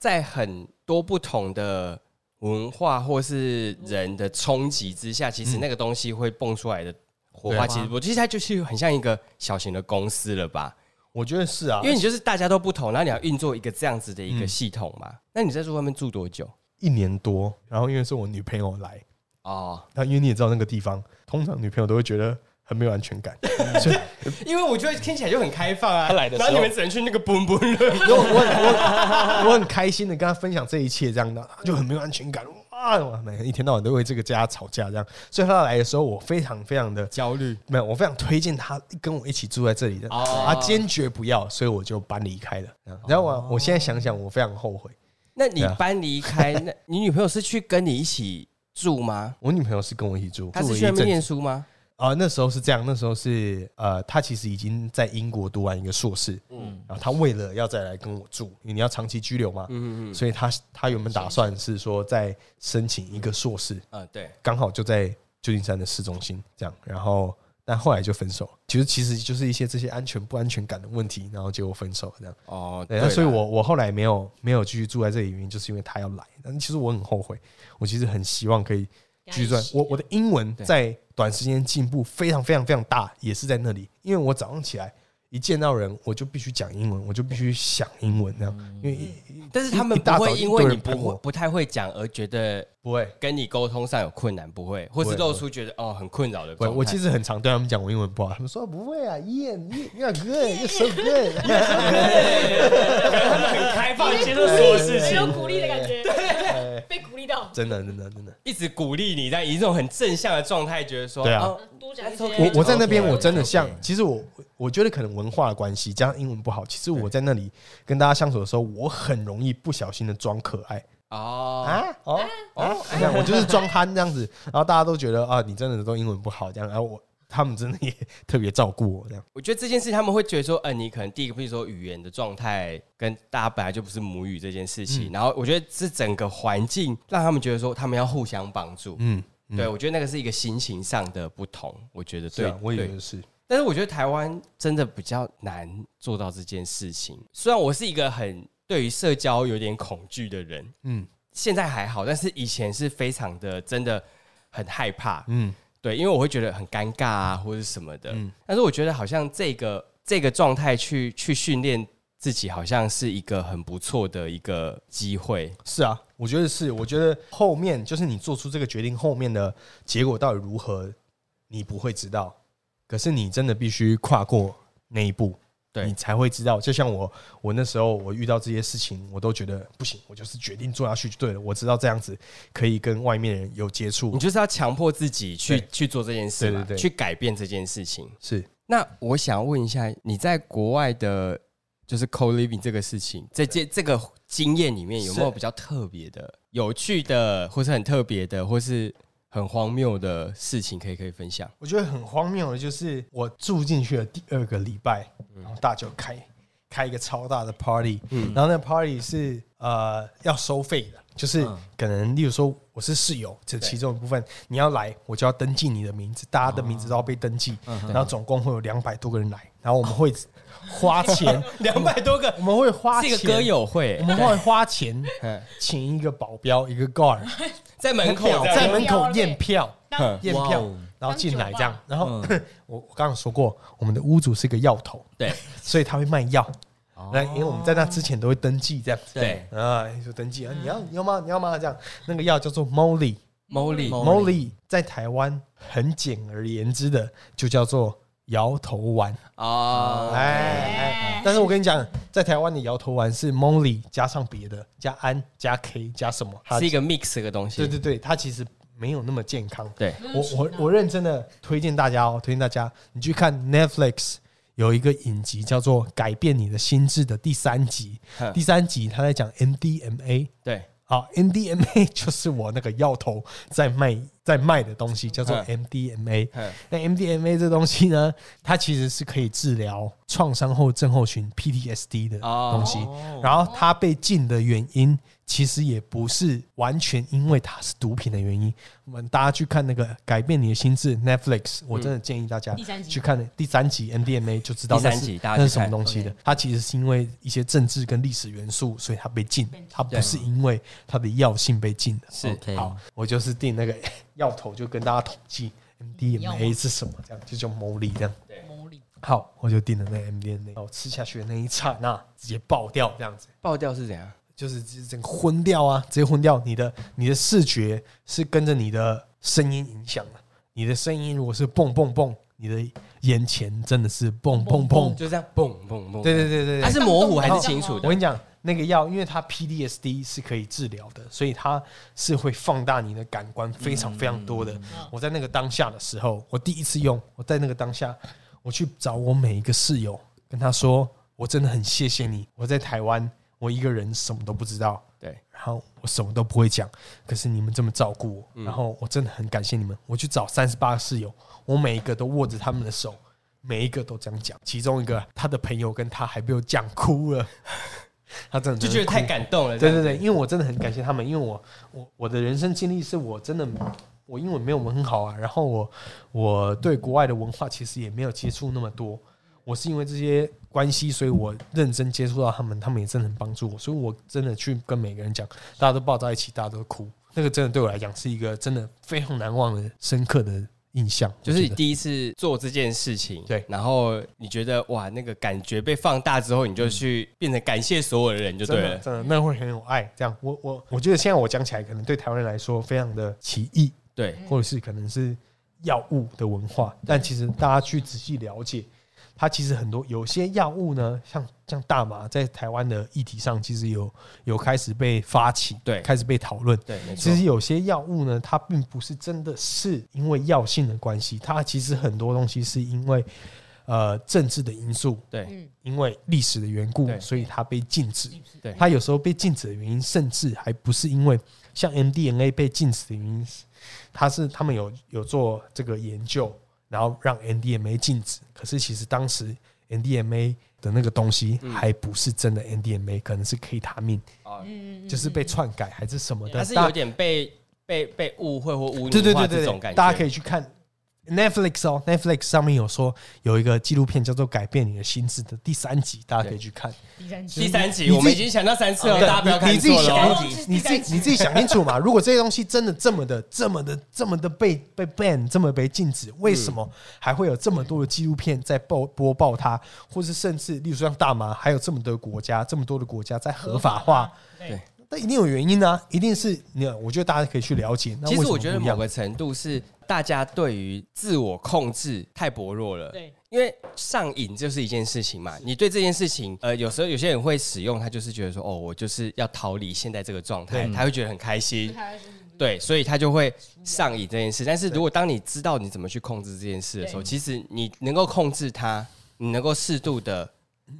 在很多不同的文化或是人的冲击之下，其实那个东西会蹦出来的火嗯对花，啊其实我其实它就是很像一个小型的公司了吧？我觉得是啊，嗯因为你就是大家都不同，然后你要运作一个这样子的一个系统嘛。那你在这外面住多久？一年多，然后因为是我女朋友来，哦，那因为你也知道那个地方，通常女朋友都会觉得很没有 安全感，所以因为我觉得听起来就很开放啊，他来的时然候后你们只能去那个 boom boom room 因为我我很我我很开心的跟他分享这一切，这样的就很没有安全感哇！我每天一天到晚都为这个家吵架，这样，所以他来的时候，我非常非常的焦虑。没有，我非常推荐他跟我一起住在这里的，哦他坚决不要，所以我就搬离开了。然后我我现在想想，我非常后悔。那你对啊搬离开，那你女朋友是去跟你一起住吗？我女朋友是跟我一起住，她住是了一去那边阵念子书吗？啊、那时候是这样，那时候是呃，她其实已经在英国读完一个硕士，嗯，然后她为了要再来跟我住，因为你要长期居留嘛，嗯嗯，所以她她原本打算是说再申请一个硕士，嗯，对。刚好就在旧金山的市中心这样，然后但后来就分手了。其实其实就是一些这些安全不安全感的问题，然后结果分手了这样。哦，对，那所以我我后来没有没有继续住在这里，原因就是因为他要来。但其实我很后悔，我其实很希望可以继续住在跟他一。起我我的英文在短时间进步非常非常非常大，也是在那里，因为我早上起来。一见到人，我就必须讲英文，我就必须想英文，这样，因为一但是他们一不大会早就因为有你人不喷我会不太会讲而觉得不会，跟你沟通上有困难，不会，或是不会露出觉得哦很困扰的我状态。我 其实很常对他们讲我英文不好，他们说不会啊，Yeah, you you're good, you're so good, yeah, 他们很开放接受所有事有情，鼓励的感觉，被鼓励 到，真的真的真的。一直鼓励你，在以一种很正向的状态，觉得说对啊哦多讲一些。我我我在那边 OK，OK，我真的像，其实我我觉得可能文化的关系加上英文不好，其实我在那里跟大家相处的时候，我很容易不小心的装可爱哦，啊哦哦，这样我就是装憨这样子，然后大家都觉得啊你真的都英文不好这样，然后我他们真的也 特别照顾我这样，我觉得这件事他们会觉得说，呃，你可能第一个，比如说语言的状态跟大家本来就不是母语这件事嗯情，然后我觉得是整个环境让他们觉得说他们要互相帮助。嗯，对，我觉得那个是一个心情上的不同，我觉得对对啊，，我也对觉得是，但是我觉得台湾真的比较难做到这件事情。虽然我是一个很对于社交有点恐惧的人，嗯现在还好，但是以前是非常的，真的很害怕。嗯，对，因为我会觉得很尴尬啊，或者是什么的。嗯但是我觉得好像这个这个状态去去训练自己，好像是一个很不错的一个机会。是啊，我觉得是，我觉得后面就是你做出这个决定后面的结果到底如何，你不会知道。可是你真的必须跨过那一步，对你才会知道。就像我，我那时候我遇到这些事情，我都觉得不行，我就是决定做下去就对了。我知道这样子可以跟外面人有接触你，就是要强迫自己去对去做这件事嘛，对对对去改变这件事情。是那我想问一下，你在国外的，就是 co living 这个事情，这这这个经验里面有没有是比较特别的、有趣的，或是很特别的，或是很荒谬的事情，可以可以分享？我觉得很荒谬的，就是我住进去的第二个礼拜，嗯然后大舅开开一个超大的 party，、然后那个 party 是呃要收费的，就是嗯可能例如说我是室友，这其中一部分你要来，我就要登记你的名字，大家的名字都要被登记，嗯然后总共会有两百多个人来，然后我们会花钱， 两百多个我们会花是钱，一个歌友会我，们会花钱嗯请一个保镖一个 guard 在门口这样在门口验票。嗯验哇票哦，然后进来这样。然后嗯 我我刚刚有说过，我们的屋主是个药头，对 所以他会卖药。哦那因为我们在那之前都会登记这样子，对啊，就登记啊，你嗯要你要吗？你要吗？这样那个药叫做 Molly，Molly ，Molly，在台湾很简而言之的就叫做摇头丸，哎哦，哎，但是我跟你讲，在台湾的摇头丸是 Molly 加上别的，加氨加 K 加什么，它是一个 mix 的东西对，对对，它其实没有那么健康，对，我我我认真的推荐大家哦，推荐大家你去看 Netflix 有一个影集叫做《改变你的心智》的第三集哼，第三集他在讲 MDMA 对，啊，MDMA 就是我那个药头在卖在卖的东西，叫做嗯 MDMA 嗯。那 MDMA 这东西呢，它其实是可以治疗创伤后症候群 PTSD 的哦东西，然后它被禁的原因。其实也不是完全因为它是毒品的原因，我们大家去看那个《改变你的心智》Netflix，我真的建议大家第三集去看第三集 MDMA 就知道嗯第三那是集大家去那是什么看东西的。它其实是因为一些政治跟历史元素，所以它被禁，它不是因为它的药性被禁的。是 OK 好，我就是定那个 药头，就跟大家统计药 MDMA 是什么，这样就叫 Molly 这样。魔力好，我就定了那个 MDMA，我吃下去的那一刹那直接爆掉，这样子。爆掉是怎样？就是直接整个昏掉啊，直接昏掉。你的你的视觉是跟着你的声音影响的，你的声音如果是蹦蹦蹦，你的眼前真的是蹦蹦蹦，就这样蹦蹦蹦。对对对对它对。是模糊还是清楚我的？跟你讲，那个药，因为它 PDSD 是可以治疗的，所以它是会放大你的感官非常非常多的。我在那个当下的时候，我第一次用，我在那个当下，我去找我每一个室友，跟他说，我真的很谢谢你，我在台湾，我一个人什么都不知道，对，然后我什么都不会讲，可是你们这么照顾嗯我，然后我真的很感谢你们。我去找三十八个室友，我每一个都握着他们的手，每一个都这样讲。其中一个他的朋友跟他还被我讲哭了， 他真的就觉得太感。感动了。对对对，因为我真的很感谢他们，因为我我我的人生经历是我真的我英文没有很好啊，然后我我对国外的文化其实也没有接触那么多，我是因为这些关系，所以我认真接触到他们，他们也真的很帮助我，所以我真的去跟每个人讲，大家都抱在一起，大家都哭，那个真的对我来讲是一个真的非常难忘的深刻的印象，就是我你觉得第一次做这件事情，对然后你觉得哇，那个感觉被放大之后，你就去变成感谢所有的人就真对的了。嗯真的那会很有爱。这样，我我我觉得现在我讲起来，可能对台湾人来说非常的奇异，对，或者是可能是药物的文化，但其实大家去仔细了解，它其实很多有些药物呢，像像大麻，在台湾的议题上其实有有开始被发起，对开始被讨论。对，没错其。实有些药物呢，它并不是真的是因为药性的关系，它其实很多东西是因为呃政治的因素，对，嗯，因为历史的缘故对，所以它被禁止。对它有时候被禁止的原因，甚至还不是因为像 MDMA 被禁止的原因，它是他们有有做这个研究，然后让 MDMA 禁止。可是其实当时 MDMA 的那个东西还不是真的 MDMA，、可能是 K 他命，嗯哦就是被篡改还是什么的。它是大有点被被被误会或污对对名化对这对种对，感觉。大家可以去看 Netflix 哦，Netflix 上面有说有一个纪录片叫做《改变你的心智》的第三集，大家可以去看。第三集第三集你自己我们已经想到三次了，对大家不要看你自己错了想哦。第三集你自己你自己想清楚嘛。如果这些东西真的这么的、这么的、这么的被被 ban、这么被禁止，为什嗯么还会有这么多的纪录片在播播报它，或是甚至例如说像大麻，还有这么多的国家、这么多的国家在合法化？，对，那一定有原因啊，一定是你，我觉得大家可以去了解。那其为实什么我觉得不一样某个程度是大家对于自我控制太薄弱了。对，因为上瘾就是一件事情嘛，你对这件事情，呃，有时候有些人会使用，他就是觉得说，哦，我就是要逃离现在这个状态，他会觉得很开心，对，所以他就会上瘾这件事。但是如果当你知道你怎么去控制这件事的时候，对其实你能够控制它，你能够适度的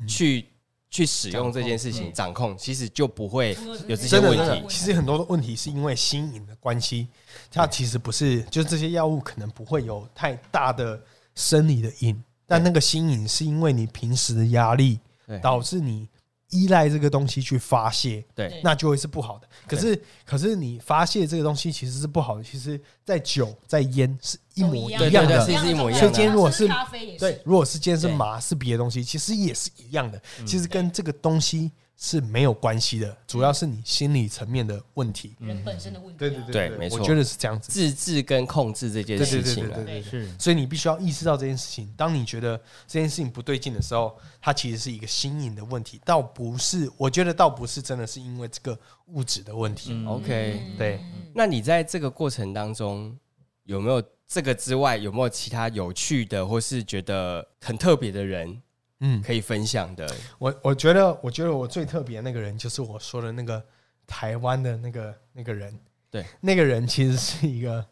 去、去使用这件事情，掌控，其实就不会有这些真的问真的题，。其实很多的问题是因为新颖的关系，它其实不是，就是这些药物可能不会有太大的生理的瘾，但那个新瘾是因为你平时的压力对导致你依赖这个东西去发泄，对那就会是不好的。可是可是你发泄这个东西其实是不好的，其实在酒在烟是一模对一对样对的是，一模一样的所以今天如果是咖啡也对是，，如果是今天是对嗯麻是别的东西，其实也是一样的，其实跟这个东西是没有关系的，主要是你心理层面的问题。人本身的问题啊，对对嗯对没错我觉得是这样子。自制跟控制这件对对事对对情对啊对对，是所以你必须要意识到这件事情。当你觉得这件事情不对劲的时候，它其实是一个新颖的问题，倒不是，我觉得倒不是真的是因为这个物质的问嗯嗯题。 OK，对，那你在这个过程当中，有没有这个之外，有没有其他有趣的，或是觉得很特别的人嗯，可以分享的？我我觉得，我觉得我最特别的那个人就是我说的那个台湾的那个那个人。对，那个人其实是一个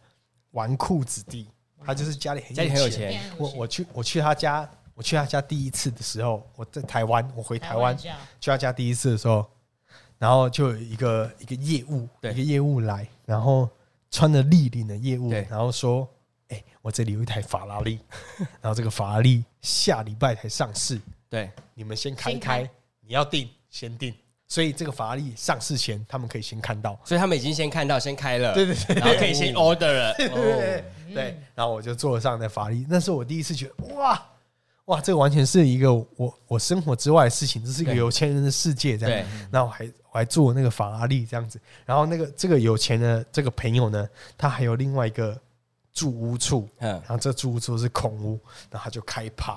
纨绔子弟，他就是家里很家里很有钱。钱，对我我去我去他家，我去他家第一次的时候，我在台湾，我回台湾这样去他家第一次的时候，然后就有一个一个业务，对一个业务来，然后穿着立领的业务对，然后说：“哎、我这里有一台法拉 利，然后这个法拉利下礼拜才上市，对，你们先看一先开，看你要定先定。”所以这个法拉利上市前，他们可以先看到。所以他们已经先看到，先开了，对对对，然后可以先 order 了。对对对对，然后我就坐上那法力，那是我第一次觉得哇哇，这个完全是一个我我生活之外的事情，这是一个对有钱人的世界这样。然后我还我还坐那个法拉利这样子，然后那个这个有钱的这个朋友呢，他还有另外一个住屋处，嗯，然后这住屋处是空屋，然后他就开趴，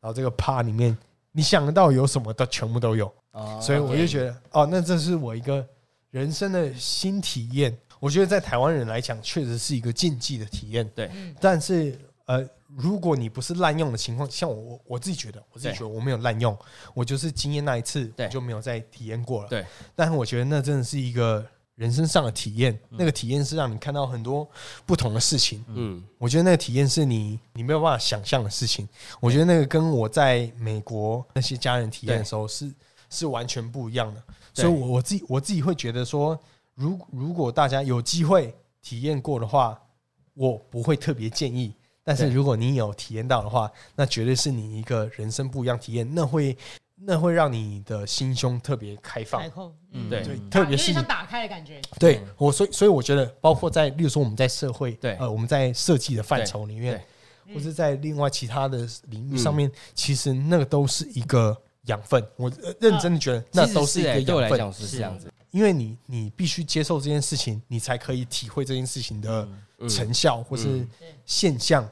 然后这个趴里面你想得到有什么的全部都有，哦所以我就觉得，哦，那这是我一个人生的新体验。我觉得在台湾人来讲，确实是一个禁忌的体验，对，但是呃，如果你不是滥用的情况，像我我我自己觉得，我自己对觉得我没有滥用，我就是经验那一次，我对就没有再体验过了。对，但是我觉得那真的是一个人生上的体验，那个体验是让你看到很多不同的事情。嗯，我觉得那个体验是你你没有办法想象的事情。我觉得那个跟我在美国那些家人体验的时候是是完全不一样的。对所以我，我自己我自己会觉得说，如如果大家有机会体验过的话，我不会特别建议。但是对如果你有体验到的话，那绝对是你一个人生不一样体验，那会那会让你的心胸特别开放海。空，嗯对对，特打别有是点像打开的感觉，对我，所以所以我觉得，包括在，例如说我们在社会，嗯对呃，我们在设计的范畴里面对，嗯或是在另外其他的领域上面，其实那个都是一个养分。我呃认真的觉得，那其实都是一欸个对我养来分，讲是这样子，因为你你必须接受这件事情，你才可以体会这件事情的嗯成效或是现象。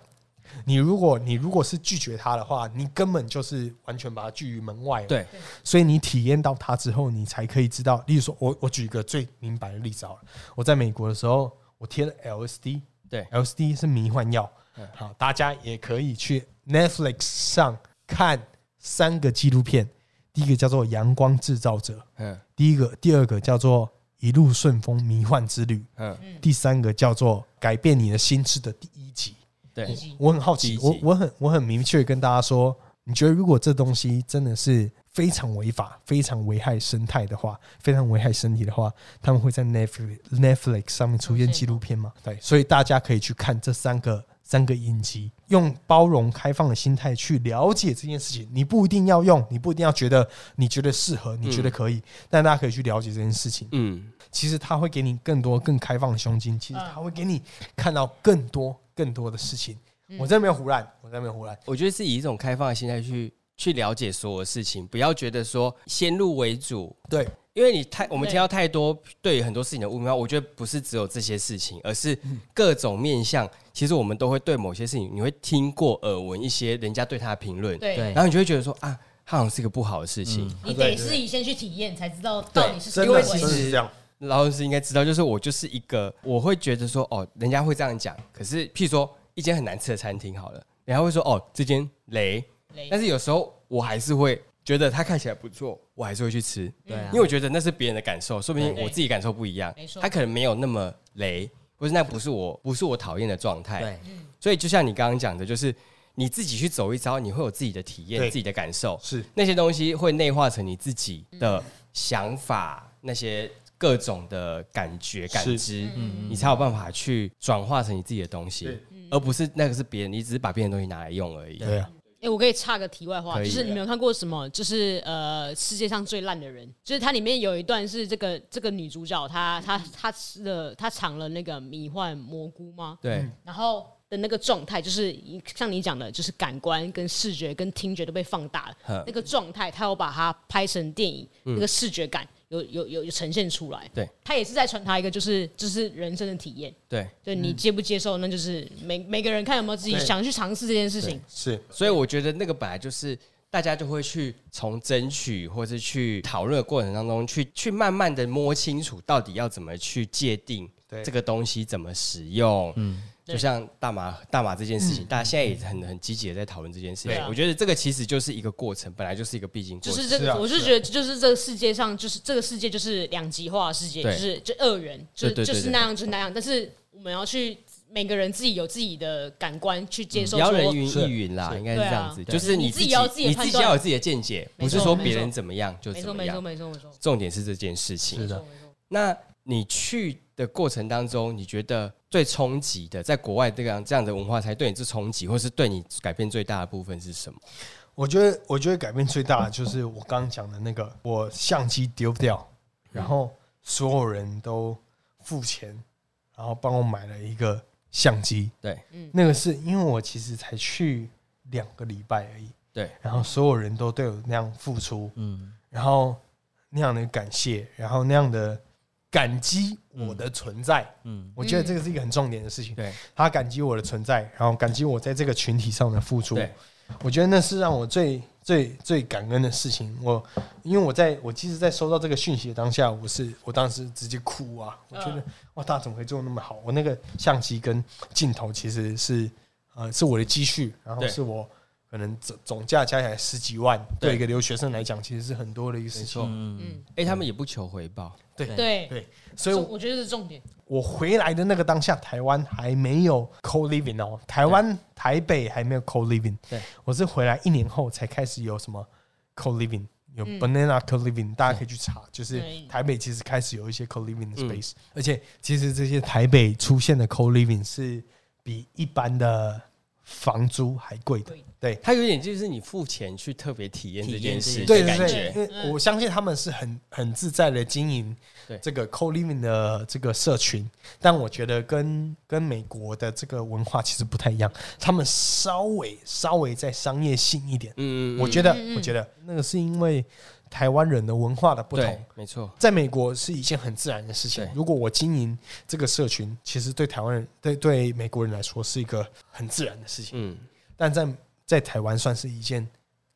你如果你如果是拒绝它的话，你根本就是完全把它拒于门外了。对，所以你体验到它之后，你才可以知道。例如说，我我举一个最明白的例子好了，我在美国的时候，我贴了 LSD，对，LSD 是迷幻药。好，大家也可以去 Netflix 上看三个纪录片，第一个叫做《阳光制造者》，嗯第一个、第二个叫做《一路顺风迷幻之旅嗯，》，第三个叫做《改变你的心智》的第一集。对，我很好第奇一，我集我很我很明确地跟大家说，你觉得如果这东西真的是非常违法、非常危害生态的话，非常危害身体的话，他们会在 Netflix Netflix 上面出现纪录片吗？对，所以大家可以去看这三个三个影集，用包容、开放的心态去了解这件事情。你不一定要用，你不一定要觉得你觉得适合，你觉得可以，但大家可以去了解这件事情。嗯，其实它会给你更多更开放的胸襟，其实它会给你看到更多更多的事情。我真的没有胡乱，我真的没有胡乱。我觉得是以一种开放的心态去去了解所有事情，不要觉得说先入为主，对，因为你太我们对听到太多对于很多事情的误判，我觉得不是只有这些事情，而是各种面向。其实我们都会对某些事情，你会听过耳闻一些人家对他的评论，对嗯对，然后你就会觉得说啊，它好像是一个不好的事情。你得自己先去体验才知道到底是什真么的味。是真的是这样。劳伦斯应该知道，就是我就是一个，我会觉得说哦，人家会这样讲，可是譬如说一间很难吃的餐厅好了，人家会说哦这间雷，雷哎但是有时候我还是会觉得它看起来不错，我还是会去吃。对啊因为我觉得那是别人的感受，说不定对我自己感受不一样没错，他可能没有那么雷，或是那不是我不是我讨厌的状态。对，所以就像你刚刚讲的，就是你自己去走一遭，你会有自己的体验、对自己的感受，是那些东西会内化成你自己的想法，那些各种的感觉、感嗯知，你才有办法去转化成你自己的东西对，嗯而不是那个是别人，你只是把别人的东西拿来用而已。对啊，哎、我可以插个题外话，可就以是你们有看过什么？就是呃，世界上最烂的人，就是它里面有一段是这个这个女主角她她她吃了她尝了那个迷幻蘑菇吗？对，然后的那个状态，就是像你讲的，就是感官跟视觉跟听觉都被放大了嗯，那个状态，他有把它拍成电影，那个视觉感有有有有呈现出来。对，他也是在传达一个，就是就是人生的体验。对。对你接不接受，那就是每每个人看有没有自己对想去尝试这件事情。是所以我觉得那个本来就是大家就会去从争取或是去讨论的过程当中，去去慢慢的摸清楚到底要怎么去界定对这个东西怎么使用。嗯，就像大麻大麻这件事情，大家现在也很很积极的在讨论这件事嗯对情啊。我觉得这个其实就是一个过程，本来就是一个必经就过程。是这是个，啊我是觉得就是这个世界上，就是这个世界就是两极化的世界，就对是就二元，就对对对就是对那样，就是那样。但是我们要去每个人自己有自己的感官去接受嗯不要说，人云是亦云啦，是应该是这样子，对啊就是你你自自己己要有自己的你判自己断要有自己的见解，没不是错说没别人错怎么样就没怎错么没错样。没错没错，重点是这件事情。是的没错没错那你去的过程当中，你觉得最冲击的，在国外这样这样的文化才对你最冲击，或是对你改变最大的部分是什么？我觉得，我觉得改变最大的就是我刚刚讲的那个，我相机丢掉，然后所有人都付钱，然后帮我买了一个相机。对，那个是因为我其实才去两个礼拜而已。对，然后所有人都对我那样付出，嗯，然后那样的感谢，然后那样的感激我的存在。嗯嗯，我觉得这个是一个很重点的事情。对，他感激我的存在，然后感激我在这个群体上的付出。对，我觉得那是让我最最最感恩的事情。我因为我在我其实，在收到这个讯息的当下，我是我当时直接哭嗯啊！我觉得、哇，大家怎么可以做那么好？我那个相机跟镜头其实是呃，是我的积蓄，然后对是我可能总总价加起来十几万，对对一个留学生来讲，其实是很多的一个事情。嗯，哎，他们也不求回报，对嗯对，对，所以这我我觉得是重点。我回来的那个当下，台湾还没有 co living 哦，台湾台北还没有 co living，对我是回来一年后才开始有什么 co living，有 banana co living，、大家可以去查，就是嗯对台北其实开始有一些 co living 的 space，、而且其实这些台北出现的 co living 是比一般的房租还贵的贵，对。他有点就是你付钱去特别体验这件事体验这对的感对对，觉，因嗯为我相信他们是很很自在的经营对这个 co living 的这个社群，但我觉得跟跟美国的这个文化其实不太一样，他们稍微稍微再商业性一点。嗯，嗯嗯我觉得嗯嗯，我觉得那个是因为台湾人的文化的不同对，，没错，在美国是一件很自然的事情对。如果我经营这个社群，其实对台湾人对对美国人来说是一个很自然的事情，嗯，但在在台湾算是一件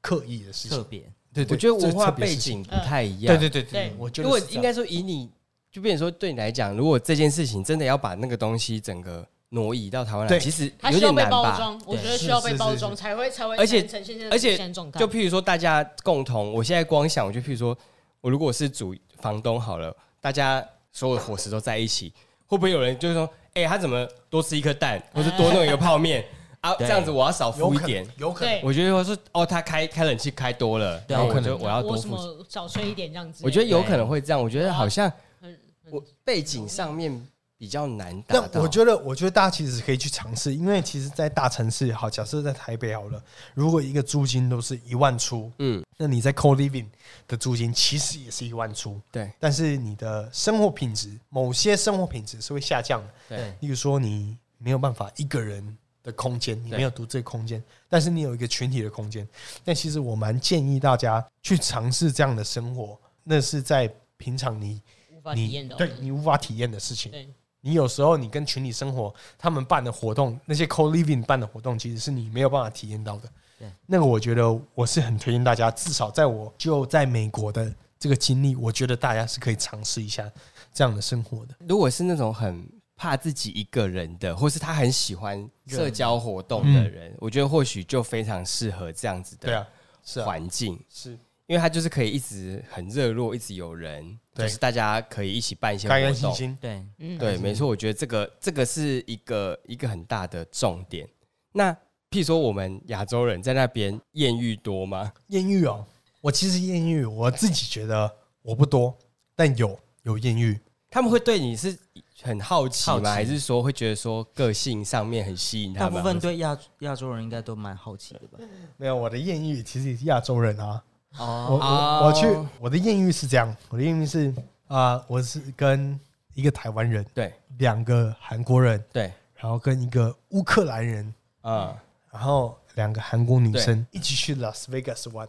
刻意的事情特。别对对，我觉得这文化特别背事情景不太一样，对对对对对，我觉如得果是这样应该说以你，就变成说对你来讲，如果这件事情真的要把那个东西整个挪移到台湾来，对其实它有需要点被难包吧？装，我觉得是需要被是包是装才会才会，而且呈现现在而且现在状态，就譬如说大家共同，我现在光想，我就譬如说我如果是主房东好了，大家所有的伙食都在一起，会不会有人就是说，哎、他怎么多吃一颗蛋，或是多弄一个泡面啊？这对样子我要少有付一可点能，。有可能对，我觉得我说哦，他开开冷气开多了，对然后我有可就能我要多我什付。么少吹一点这样子。我觉得有可能会这样，我觉得好像很很我背景上面比较难达那到。我觉得，我觉得大家其实可以去尝试，因为其实，在大城市也好，假设在台北好了，如果一个租金都是一万出，嗯，那你在 co living 的租金其实也是一万出，对但是你的生活品质，某些生活品质是会下降的。对例如说，你没有办法一个人的空间，你对没有独自的空间，但是你有一个群体的空间。但其实我蛮建议大家去尝试这样的生活，那是在平常你无法体你验的。哦对你无法体验的事情。对你有时候你跟群体生活，他们办的活动，那些 co living 办的活动，其实是你没有办法体验到的对。那个我觉得我是很推荐大家，至少在我就在美国的这个经历，我觉得大家是可以尝试一下这样的生活的。如果是那种很怕自己一个人的，或是他很喜欢社交活动的人，我觉得或许就非常适合这样子嗯对的啊，是啊，环境，是因为他就是可以一直很热络，一直有人，对就是大家可以一起办一些开开活心动。心。对，嗯，对，没错，我觉得这个这个是一个一个很大的重点。那譬如说，我们亚洲人在那边艳遇多吗？艳遇哦，我其实艳遇我自己觉得我不多，但有有艳遇，他们会对你是很好奇吗？好奇还是说会觉得说个性上面很吸引他大们？部分对亚亚洲人应该都蛮好奇的吧？没有我的艳遇其实也是亚洲人啊。我哦，哦我我去我的艳遇是这样，我的艳遇是啊、我是跟一个台湾人，对两个韩国人，对，然后跟一个乌克兰人，嗯，然后两个韩国女生一起去 Las Vegas 玩，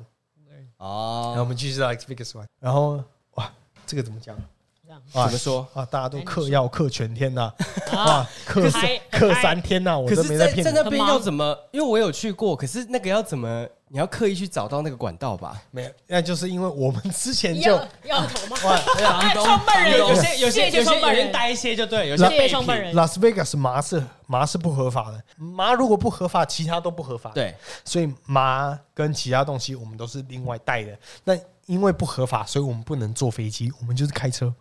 然后我哦，们继续到 Las Vegas 玩，然后哇，这个怎么讲？这样哇怎么说？啊，大家都嗑药嗑全天呐、哇啊，，嗑三还嗑三天呐、我可都是没在骗在你，那边要怎么？因为我有去过，可是那个要怎么？你要刻意去找到那个管道吧？没有，那就是因为我们之前就要要头吗？哇啊房东创办房人有东些有些谢谢有些创有办人人带一些就对，有些谢被谢骗创办人， Las Vegas 麻是麻是不合法的，麻如果不合法，其他都不合法。，对所以麻跟其他东西我们都是另外带的。那因为不合法，所以我们不能坐飞机，我们就是开车。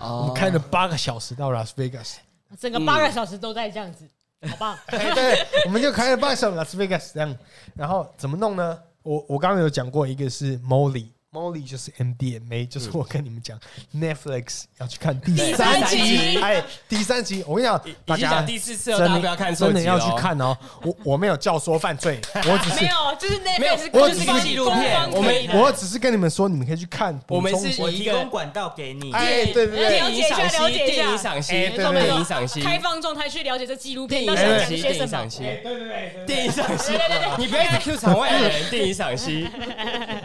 哦我们开了八个小时到 Las Vegas， 整个嗯八个小时都在这样 子，好棒！对对，我们就开了八个小时 Las Vegas 这样。然后怎么弄呢？我我刚刚有讲过，一个是 Molly。Molly 就是 MDMA，就是我跟你们讲、n e t f l i x 要去看第三第三集哎，第三集我跟你讲，大已经家讲第四次真了，的大家不要看错真的集要了哦去。看哦。我我没有教唆犯罪，我只没是有，就是那没有边是我就是只是纪录片观光我们可以的我只是跟你们说，你们可以去看。我们补充是我一提个供管道给你。哎，对对对了电解影一下赏了析，解一下电影赏析，哎对对对电影赏析，开放状态去了解这纪录片电到影底在赏讲析，些电什影么哎赏。析，对对对，电影赏析，你不要一直 Q 场外的人，电影赏析，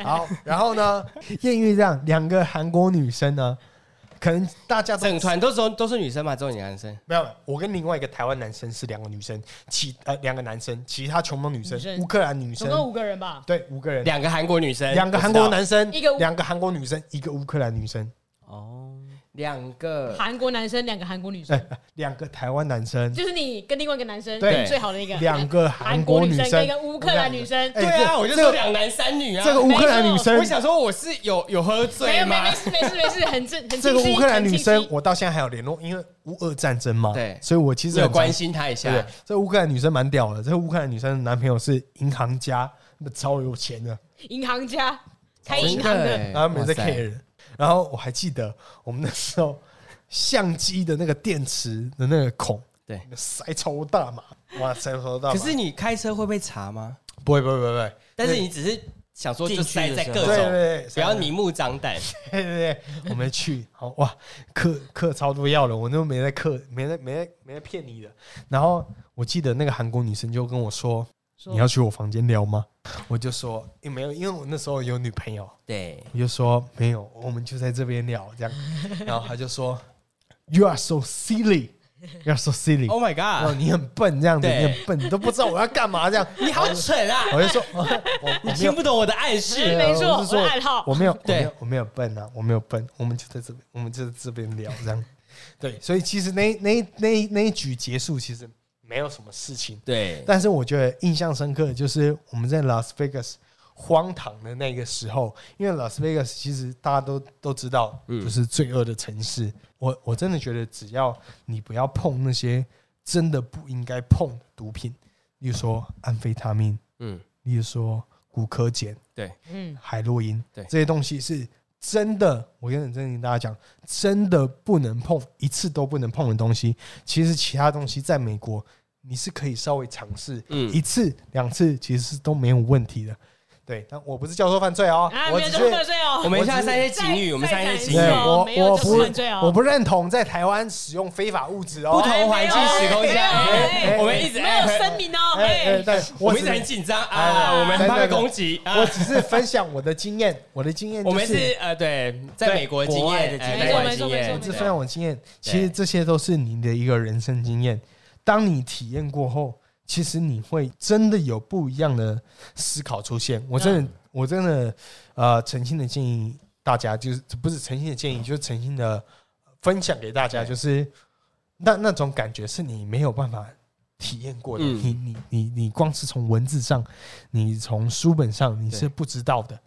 好，然后呢，艳遇这样，两个韩国女生呢，可能大家都整团都是都是女生嘛，只有你男生，没有。我跟另外一个台湾男生是两个女生，其呃两个男生，其他全部女生女，生乌克兰女总共生，五个人吧，对，五个人，两个韩国女生，两个韩国男生，一个乌两个韩国女生，一个乌克兰女生。哦，两呃个，韩国男生，两个韩国女生，两个台湾男生，就是你跟另外一个男生对最好的那个，呃两个韩韩国女女跟生一，个乌克兰女生，哎对啊，我就这说个两男三女啊。这个乌克兰女生我，想说我是有有喝没醉有没吗没？事没事没事，很正很这个清晰乌克兰女很生清，晰我到现在还有联络，因为乌俄战争嘛，对所以我其实有很常关啊心他一对不下对，？这乌克兰女生蛮屌的，这乌克兰女生的男朋友是银行家，那超有钱的，银行哦家开真银行的，欸然后没在哇塞 care 人。然后我还记得我们那时候相机的那个电池的那个孔，对塞超大嘛，哇，塞超大嘛。可是你开车会被查吗？不会不会不会不会，但是你只是想说，就塞在各对对种，对，不要明目张胆。对对对，我没去。好哇，课课超多要了，我都没在课，没在没在没在骗你的。然后我记得那个韩国女生就跟我说：“说你要去我房间聊吗？”我就说：“也、没有，因为我那时候有女朋友。对”，我就说：“没有，我们就在这边聊这样。”然后她就说：“You are so silly, you are so silly。 Oh my 哦， god！你很笨这样子，对你很笨，你都不知道我要干嘛这样。 你好蠢啊！我就说， 哦我我你没听有不懂我的暗示。对啊哎没错我是说我的暗号我没有，我对没有，我没有笨啊，我没有笨，我们就在这边，我们就在这边聊这样。对，所以其实那那那那一局结束，其实没有什么事情，对，但是我觉得印象深刻的就是我们在 Las Vegas 荒唐的那个时候，因为 Las Vegas 其实大家都都知道，嗯就是罪恶的城市。我我真的觉得，只要你不要碰那些真的不应该碰的毒品，例如说安非他命，嗯，例如说骨科碱。嗯，海洛因，对这些东西是真的，我跟很真心跟大家讲，真的不能碰，一次都不能碰的东西。其实其他东西在美国你是可以稍微尝试，嗯一次两次其实是都没有问题的。对，但我不是教授犯罪哦，啊，我没有只这是么罪哦，我们现在三些警语，我们三些警对语没，有我没有我这不不算罪哦我不认同在台湾使用非法物质哦不。同环境时空下哎哎哎，我们一直没有声明哦，哎，但我我们一只直很是紧张哎啊，我们很怕被攻击啊我。只是分享我的经验，我的经验我们就是是呃，对，在对美国的经国外验，的哎经验台湾没错经没错没验，错是对分享我经验，其实这些都是你的一个人生经验。当你体验过后，其实你会真的有不一样的思考出现。我真的，嗯我真的，呃，诚心的建议大家，就是不是诚心的建议，就是诚心的分享给大家，嗯对就是那那种感觉是你没有办法体验过的。嗯你你你你光是从文字上，你从书本上你是对不知道的。嗯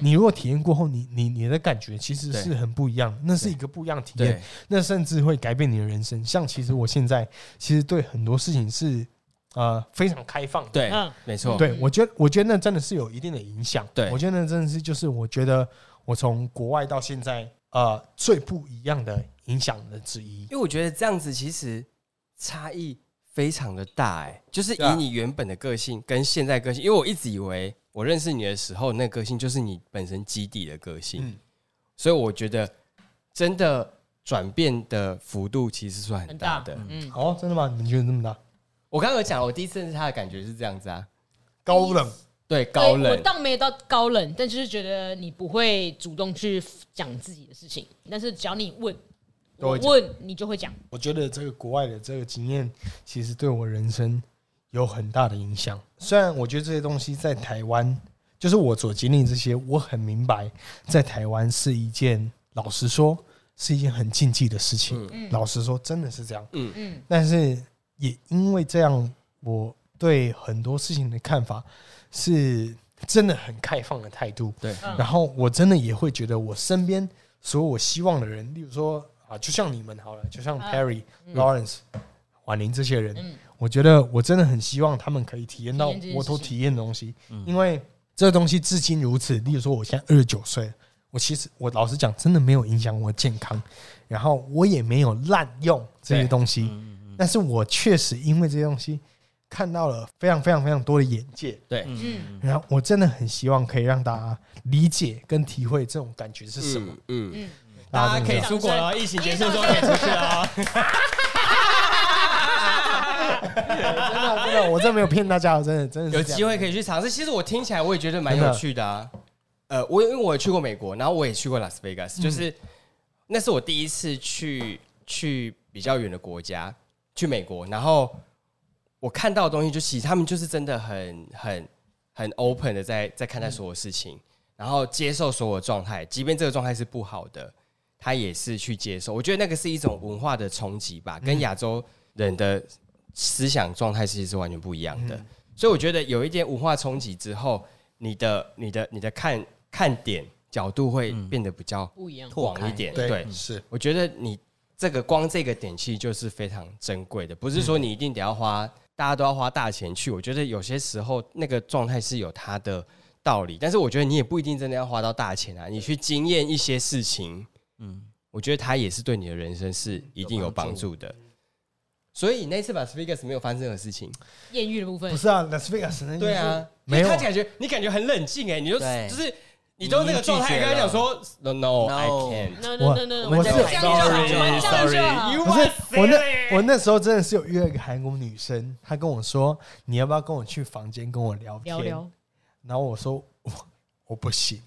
你如果体验过后，你你你的感觉其实对是很不一样，那是一个不一样的体验对。那甚至会改变你的人生。像其实我现在其实对很多事情是呃非常开放的，对嗯，没错，对我觉得我觉得那真的是有一定的影响。对我觉得那真的是就是我觉得我从国外到现在呃最不一样的影响的之一。因为我觉得这样子其实差异非常的大，哎，就是对啊以你原本的个性跟现在个性，因为我一直以为我认识你的时候，那个性就是你本身基底的个性，嗯所以我觉得真的转变的幅度其实算很很大大的。嗯，哦，真的吗？你们觉得这么大？我刚刚有讲，我第一次认识他的感觉是这样子啊，高冷，对，高对我冷，倒没有到高冷，但就是觉得你不会主动去讲自己的事情，但是只要你问，都我会讲问你就会讲，我觉得这个国外的这个经验，其实对我人生有很大的影响。虽然我觉得这些东西在台湾，就是我所经历这些，我很明白，在台湾是一件，老实说是一件很禁忌的事情。嗯老实说，真的是这样。嗯，但是也因为这样，我对很多事情的看法是真的很开放的态度。对嗯然后我真的也会觉得我身边所有我希望的人，例如说啊，就像你们好了，就像啊 Perry、Lawrence、婉玲这些人，嗯我觉得我真的很希望他们可以体验到体验这件我都事情体验的东西，因为这东西至今如此。例如说，我现在二十九岁了，我其实我老实讲，真的没有影响我健康，然后我也没有滥用这些对东西，但是我确实因为这些东西看到了非常非常非常多的眼界，对，嗯然后我真的很希望可以让大家理解跟体会这种感觉是什么。嗯？嗯，嗯，大家真的可以这样出国了哦，疫情结束之后可以出去了哦。真的真的，我真的没有骗大家，我哦真的真的是有这样机会可以去尝试。其实我听起来我也觉得蛮有趣的啊。呃，我因为我也去过美国，然后我也去过拉斯维加斯，就是、那是我第一次去去比较远的国家，去美国，然后我看到的东西就其实他们就是真的很很很 open 的在在看待所有事情，然后接受所有状态，即便这个状态是不好的，他也是去接受。我觉得那个是一种文化的冲击吧，跟亚洲人的思想状态其实是完全不一样的。所以我觉得有一点文化冲击之后，你的、你的、你的看看点角度会变得比较不一样。拓广开一点。对对，是我觉得你这个光这个点其实就是非常珍贵的，不是说你一定得要花，大家都要花大钱去。我觉得有些时候那个状态是有它的道理，但是我觉得你也不一定真的要花到大钱啊，你去经验一些事情，嗯，我觉得它也是对你的人生是一定有帮助的。所以那次把 Speakers 没有发生任何事情，艳遇的部分不，是啊？Las Vegas 那对啊，没有他感觉你感觉很冷静哎、你就对就是你都那个状态，你已经拒绝跟他讲说 No No I No can't。 no no no 我 no，我是这样就好，我们这样就好。不是我那我那时候真的是有遇到一个韩国女生，她跟我说你要不要跟我去房间跟我聊天？聊聊，然后我说我我不行，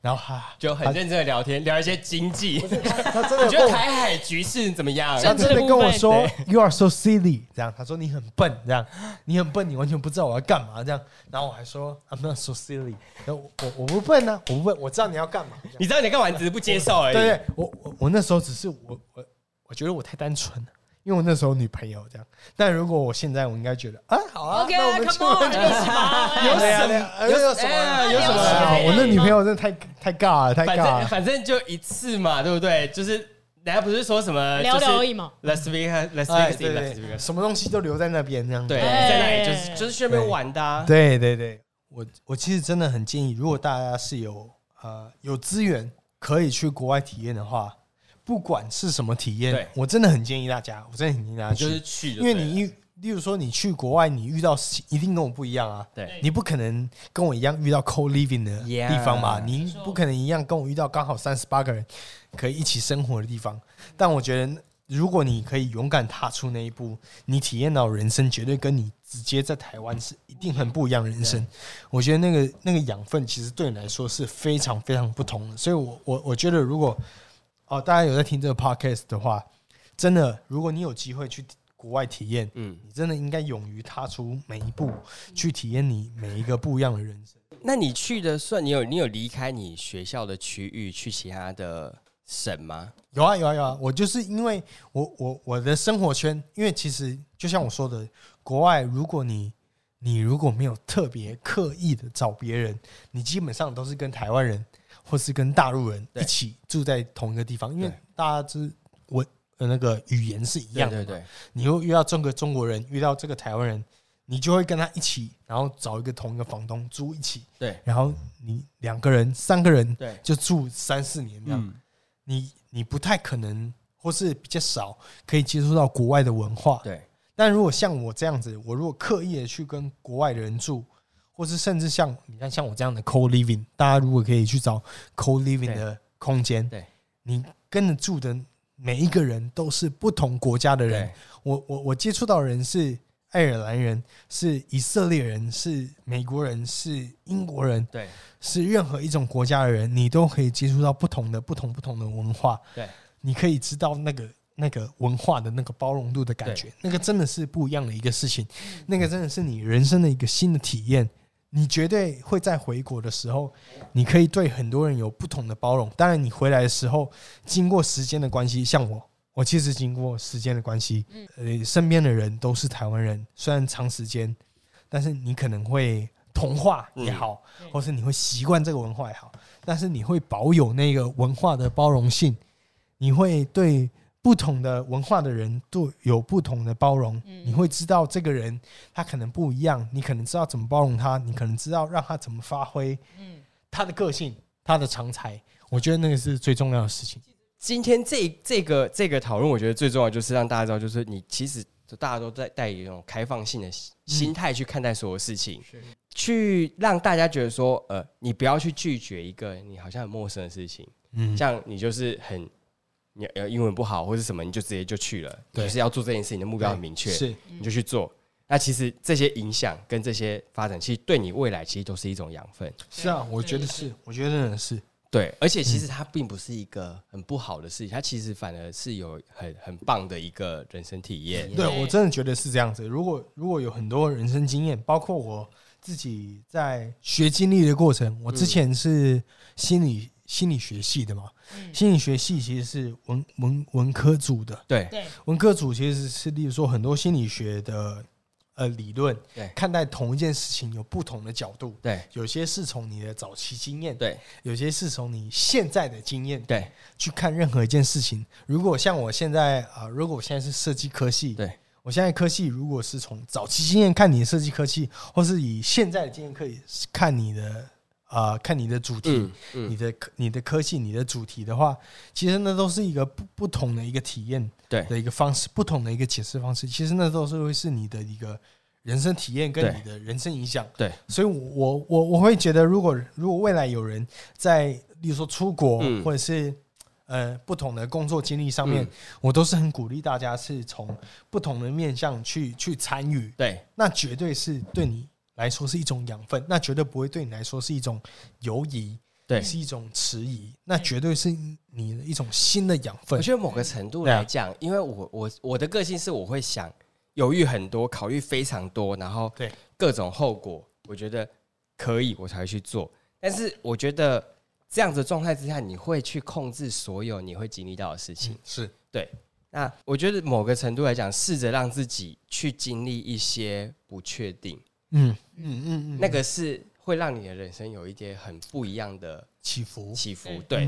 然后她就很认真的聊天，聊一些经济。你她真的觉得跟我台海局势怎么样？他真的跟我说政 “You are so silly”，这样他说你很笨，这样你很笨，你完全不知道我要干嘛，这样。然后我还说 “I'm not so silly”，然后我我我不笨啊，我不笨，我知道你要干嘛。这样你知道你在干嘛，你只是不接受而对已。对，我我我那时候只是我我我觉得我太单纯了，因为我那时候有女朋友这样。但如果我现在，我应该觉得啊，好啊 OK 那啊我们出，Come 门 on，就有什么？ 有什么有什哎么有什么啊我那女朋友真的太太尬了，太反尬啊正了。反正就一次嘛，对不对？就是人家不是说什么聊聊而已嘛。嘛。 Las Vegas，Las 哎，对对 Vegas，Las 对， Vegas，什么东西都留在那边这样。对，哎在那里就是就是去那边玩的啊。对对对，我我其实真的很建议，如果大家是有呃有资源可以去国外体验的话，不管是什么体验对，我真的很建议大家，我真的很建议大家你就去，是去就因对为了，你遇，例如说你去国外，你遇到事情一定跟我不一样啊。对你不可能跟我一样遇到 co living 的 Yeah 地方嘛你错不可能一样跟我遇到刚好三十八个人可以一起生活的地方。但我觉得，如果你可以勇敢踏出那一步，你体验到人生绝对跟你直接在台湾是一定很不一样的人生。我觉得那个那个养分其实对你来说是非常非常不同的。所以我，我我觉得，如果哦大家有在听这个 podcast 的话，真的，如果你有机会去国外体验，嗯。你真的应该勇于踏出每一步，去体验你每一个不一样的人生。那你去的算你有你有离开你学校的区域去其他的省吗？有啊有啊有啊！我就是因为我我我的生活圈，因为其实就像我说的，国外如果你你如果没有特别刻意的找别人，你基本上都是跟台湾人或是跟大陆人对一起住在同一个地方，因为对大家之我呃那个语言是一对样的对嘛，对，你又遇到这个中国人，遇到这个台湾人，你就会跟他一起，然后找一个同一个房东租一起，对，然后你两个人、三个人，对就住三四年这样，嗯你你不太可能，或是比较少可以接触到国外的文化，对但如果像我这样子，我如果刻意的去跟国外的人住，或是甚至像你看像我这样的 co living，大家如果可以去找 co living 对的空间，对你跟着住的每一个人都是不同国家的人对。我我我接触到的人是爱尔兰人，是以色列人，是美国人，是英国人，对是任何一种国家的人，你都可以接触到不同的、不同不同的文化。对，你可以知道那个那个文化的那个包容度的感觉，那个真的是不一样的一个事情，那个真的是你人生的一个新的体验。你绝对会在回国的时候，你可以对很多人有不同的包容。当然，你回来的时候，经过时间的关系，像我，我其实经过时间的关系，呃，身边的人都是台湾人，虽然长时间，但是你可能会同化也好，嗯或是你会习惯这个文化也好，但是你会保有那个文化的包容性，你会对不同的文化的人都有不同的包容，嗯你会知道这个人他可能不一样，你可能知道怎么包容他，你可能知道让他怎么发挥嗯，他的个性、他的长才。我觉得那个是最重要的事情。今天这这个这个讨论，我觉得最重要就是让大家知道，就是你其实大家都在带一种开放性的心心态去看待所有事情，去让大家觉得说，呃，你不要去拒绝一个你好像很陌生的事情，嗯，像你就是很你呃英文不好或者什么，你就直接就去了，对就是要做这件事情的目标很明确，是你就去做。那其实这些影响跟这些发展，其实对你未来其实都是一种养分。是啊，我觉得是，我觉得真的是。对，嗯而且其实它并不是一个很不好的事情，它其实反而是有很很棒的一个人生体验。对对我真的觉得是这样子。如果如果有很多人生经验，包嗯括我自己在学经历的过程，我之前是心理、心理学系的嘛，嗯心理学系其实是文文文科组的，对 对，文科组其实是例如说很多心理学的呃理论对，看待同一件事情有不同的角度，对有些是从你的早期经验，对有些是从你现在的经验对去看任何一件事情。如果像我现在啊、呃如果我现在是设计科系，对我现在科系如果是从早期经验看你的设计科系，或是以现在的经验可以看你的啊、呃看你的主题，嗯嗯你的科你的科系、你的主题的话，其实那都是一个不不同的一个体验对的一个方式，不同的一个解释方式。其实那都是会是你的一个人生体验跟对你的人生影响。对，所以我，我我我会觉得，如果如果未来有人在，例如说出国、嗯或者是呃不同的工作经历上面，嗯我都是很鼓励大家是从不同的面向去去参与，对那绝对是对你来说是一种养分，那绝对不会对你来说是一种犹疑，对。是一种迟疑，那绝对是你的一种新的养分我。觉得某个程度对啊来讲，因为我我我的个性是我会想犹豫很多，考虑非常多，然后对各种后果，我觉得可以，我才会去做。但是我觉得这样子的状态之下，你会去控制所有你会经历到的事情。是那我觉得某个程度来讲，试着让自己去经历一些不确定，嗯嗯嗯嗯，那个是会让你的人生有一些很不一样的起伏起伏。嗯对，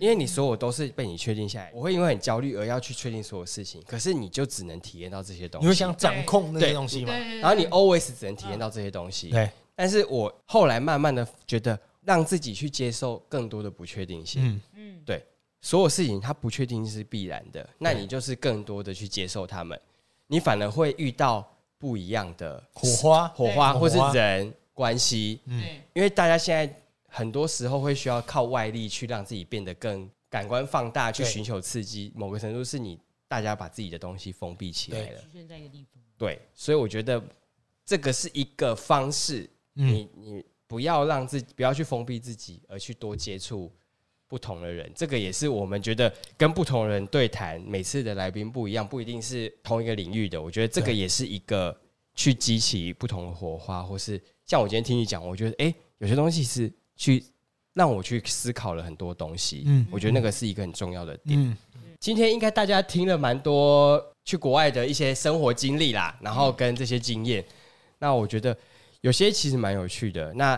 因为你所有都是被你确定下来，我会因为很焦虑而要去确定所有事情，可是你就只能体验到这些东你会西，想掌控那些对东西吗？对然后你 always 只能体验到这些东西。嗯对，但是我后来慢慢的觉得，让自己去接受更多的不确定性，嗯，嗯所有事情它不确定是必然的，那你就是更多的去接受它们，你反而会遇到不一样的火花，火花对或是火花嗯人关系，对因为大家现在很多时候会需要靠外力去让自己变得更感官放大，去对寻求刺激。某个程度是你大家把自己的东西封闭起来了出，现在一个地方，对，所以我觉得这个是一个方式，嗯，你你不要让自己不要去封闭自己，而去多接触。不同的人，这个也是我们觉得跟不同的人对谈，每次的来宾不一样，不一定是同一个领域的。我觉得这个对也是一个去激起不同的火花，或是像我今天听你讲，我觉得诶，有些东西是去让我去思考了很多东西。嗯我觉得那个是一个很重要的点。嗯，今天应该大家听了蛮多去国外的一些生活经历啦，然后跟这些经验，那我觉得有些其实蛮有趣的。那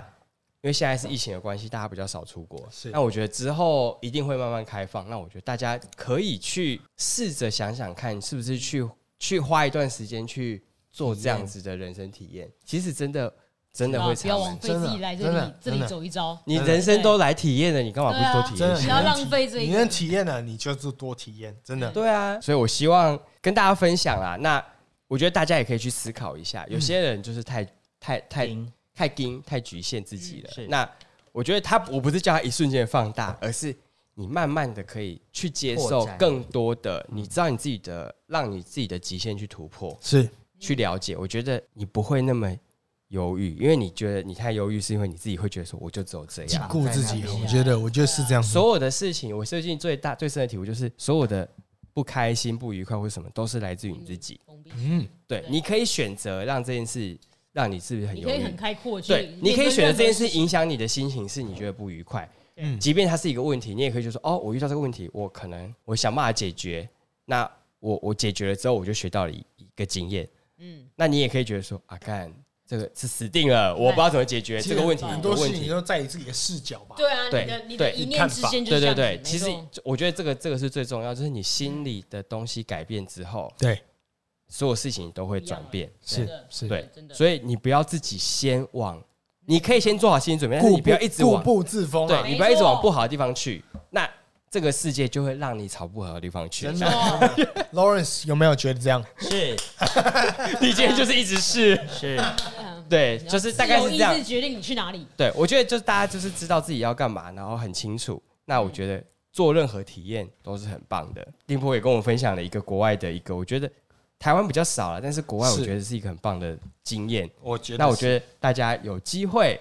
因为现在是疫情的关系，大家比较少出国，是那我觉得之后一定会慢慢开放。那我觉得大家可以去试着想想看，是不是去去花一段时间去做这样子的人生体验。其实真的真的啊会不要差枉蛮。费自己来这真里的这真里的走一遭，你人生都来体验了，你干嘛不多体啊真验的一不下？要浪费这一你个能。体验了，你就是多体验，真的。对啊，所以我希望跟大家分享啦。那我觉得大家也可以去思考一下，嗯有些人就是太、太太停太盯、太局限自己了。嗯是嗯那我觉得他，我不是叫他一瞬间放大，而是你慢慢的可以去接受拓展嗯更多的，你知道你自己的，让你自己的极限去突破，是，嗯去了解。我觉得你不会那么。犹豫，因为你觉得你太犹豫，是因为你自己会觉得说，我就只有这禁嗯样。锢自己，我觉得，我觉得是这样子。所有的事情，我最近最大最深的体悟就是，所有的不开心、不愉快或什么，都是来自于你自己。封闭嗯，对，对你可以选择让这件事让你是不是很你犹可以很豫。开阔去对面，你对任何事情，可以选择这件事影响你的心情，是你觉得不愉快。嗯即便它是一个问题，你也可以就说：“哦，我遇到这个问题，我可能我想办法解决。那我我解决了之后，我就学到了一一个经验。嗯，那你也可以觉得说：‘啊，干，这个是死定了，我不知道怎么解决其这实个问题。’很这多个事问情题，都在于自己的视角吧。啊对啊，你对的你的对一念之间就是对这对对样子没，其实错我觉得这个这个是最重要，就是你心里的东西改变之后，对，所有事情都会转变。真是的是，对真的，所以你不要自己先往，你可以先做好心理准备，但是固你不要一直固往，步自封啊。对你不要一直往不好的地方去，那这个世界就会让你朝不好的地方去。真以的，Lawrence 有没有觉得这样？是 你今天就是一直 试，是，对，就是大概是这样自由意。志决定你去哪里。对，我觉得就是大家就是知道自己要干嘛，然后很清楚。那我觉得做任何体验都是很棒的。丁波也跟我分享了一个国外的一个，我觉得台湾比较少了，但是国外我是觉得是一个很棒的经验。我觉那我觉得大家有机会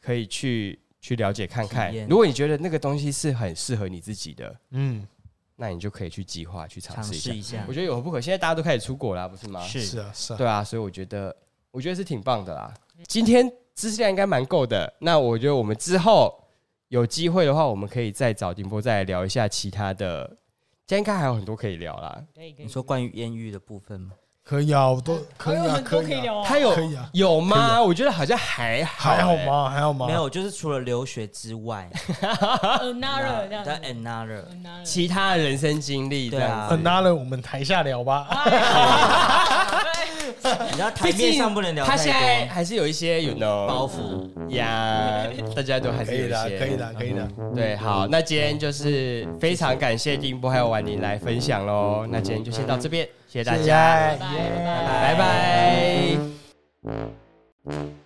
可以去去了解看看体验。如果你觉得那个东西是很适合你自己的，嗯，那你就可以去计划去尝尝试一试下一。下我，觉得有何不可？现在大家都开始出国啦，不是吗？是是啊，是啊。对啊，所以我觉得，我觉得是挺棒的啦。今天知识量应该蛮够的，那我觉得我们之后有机会的话，我们可以再找顶波再来聊一下其他的。今天应该还有很多可以聊啦。可以可以你，说关于艳遇的部分吗？可以啊，我都可以还有啊，很多以啊，聊啊。他有可以啊有吗？我觉得好像还好、还好欸？吗？还好哦吗？没，有，就是除了留学之外啊 Another 这样嗯但 another， Another 其他的人生经历这对样啊子，很拉了，我们台下聊啊吧。 你知道台面上不能聊他太现在多还是有一些有 you know, 包袱。呀大家都还是可有以一的，些可以的，可以的。对，好，那今天就是非常感谢丁波还有婉玲来分享喽。那今天就先到这边，谢谢大家，耶拜拜拜拜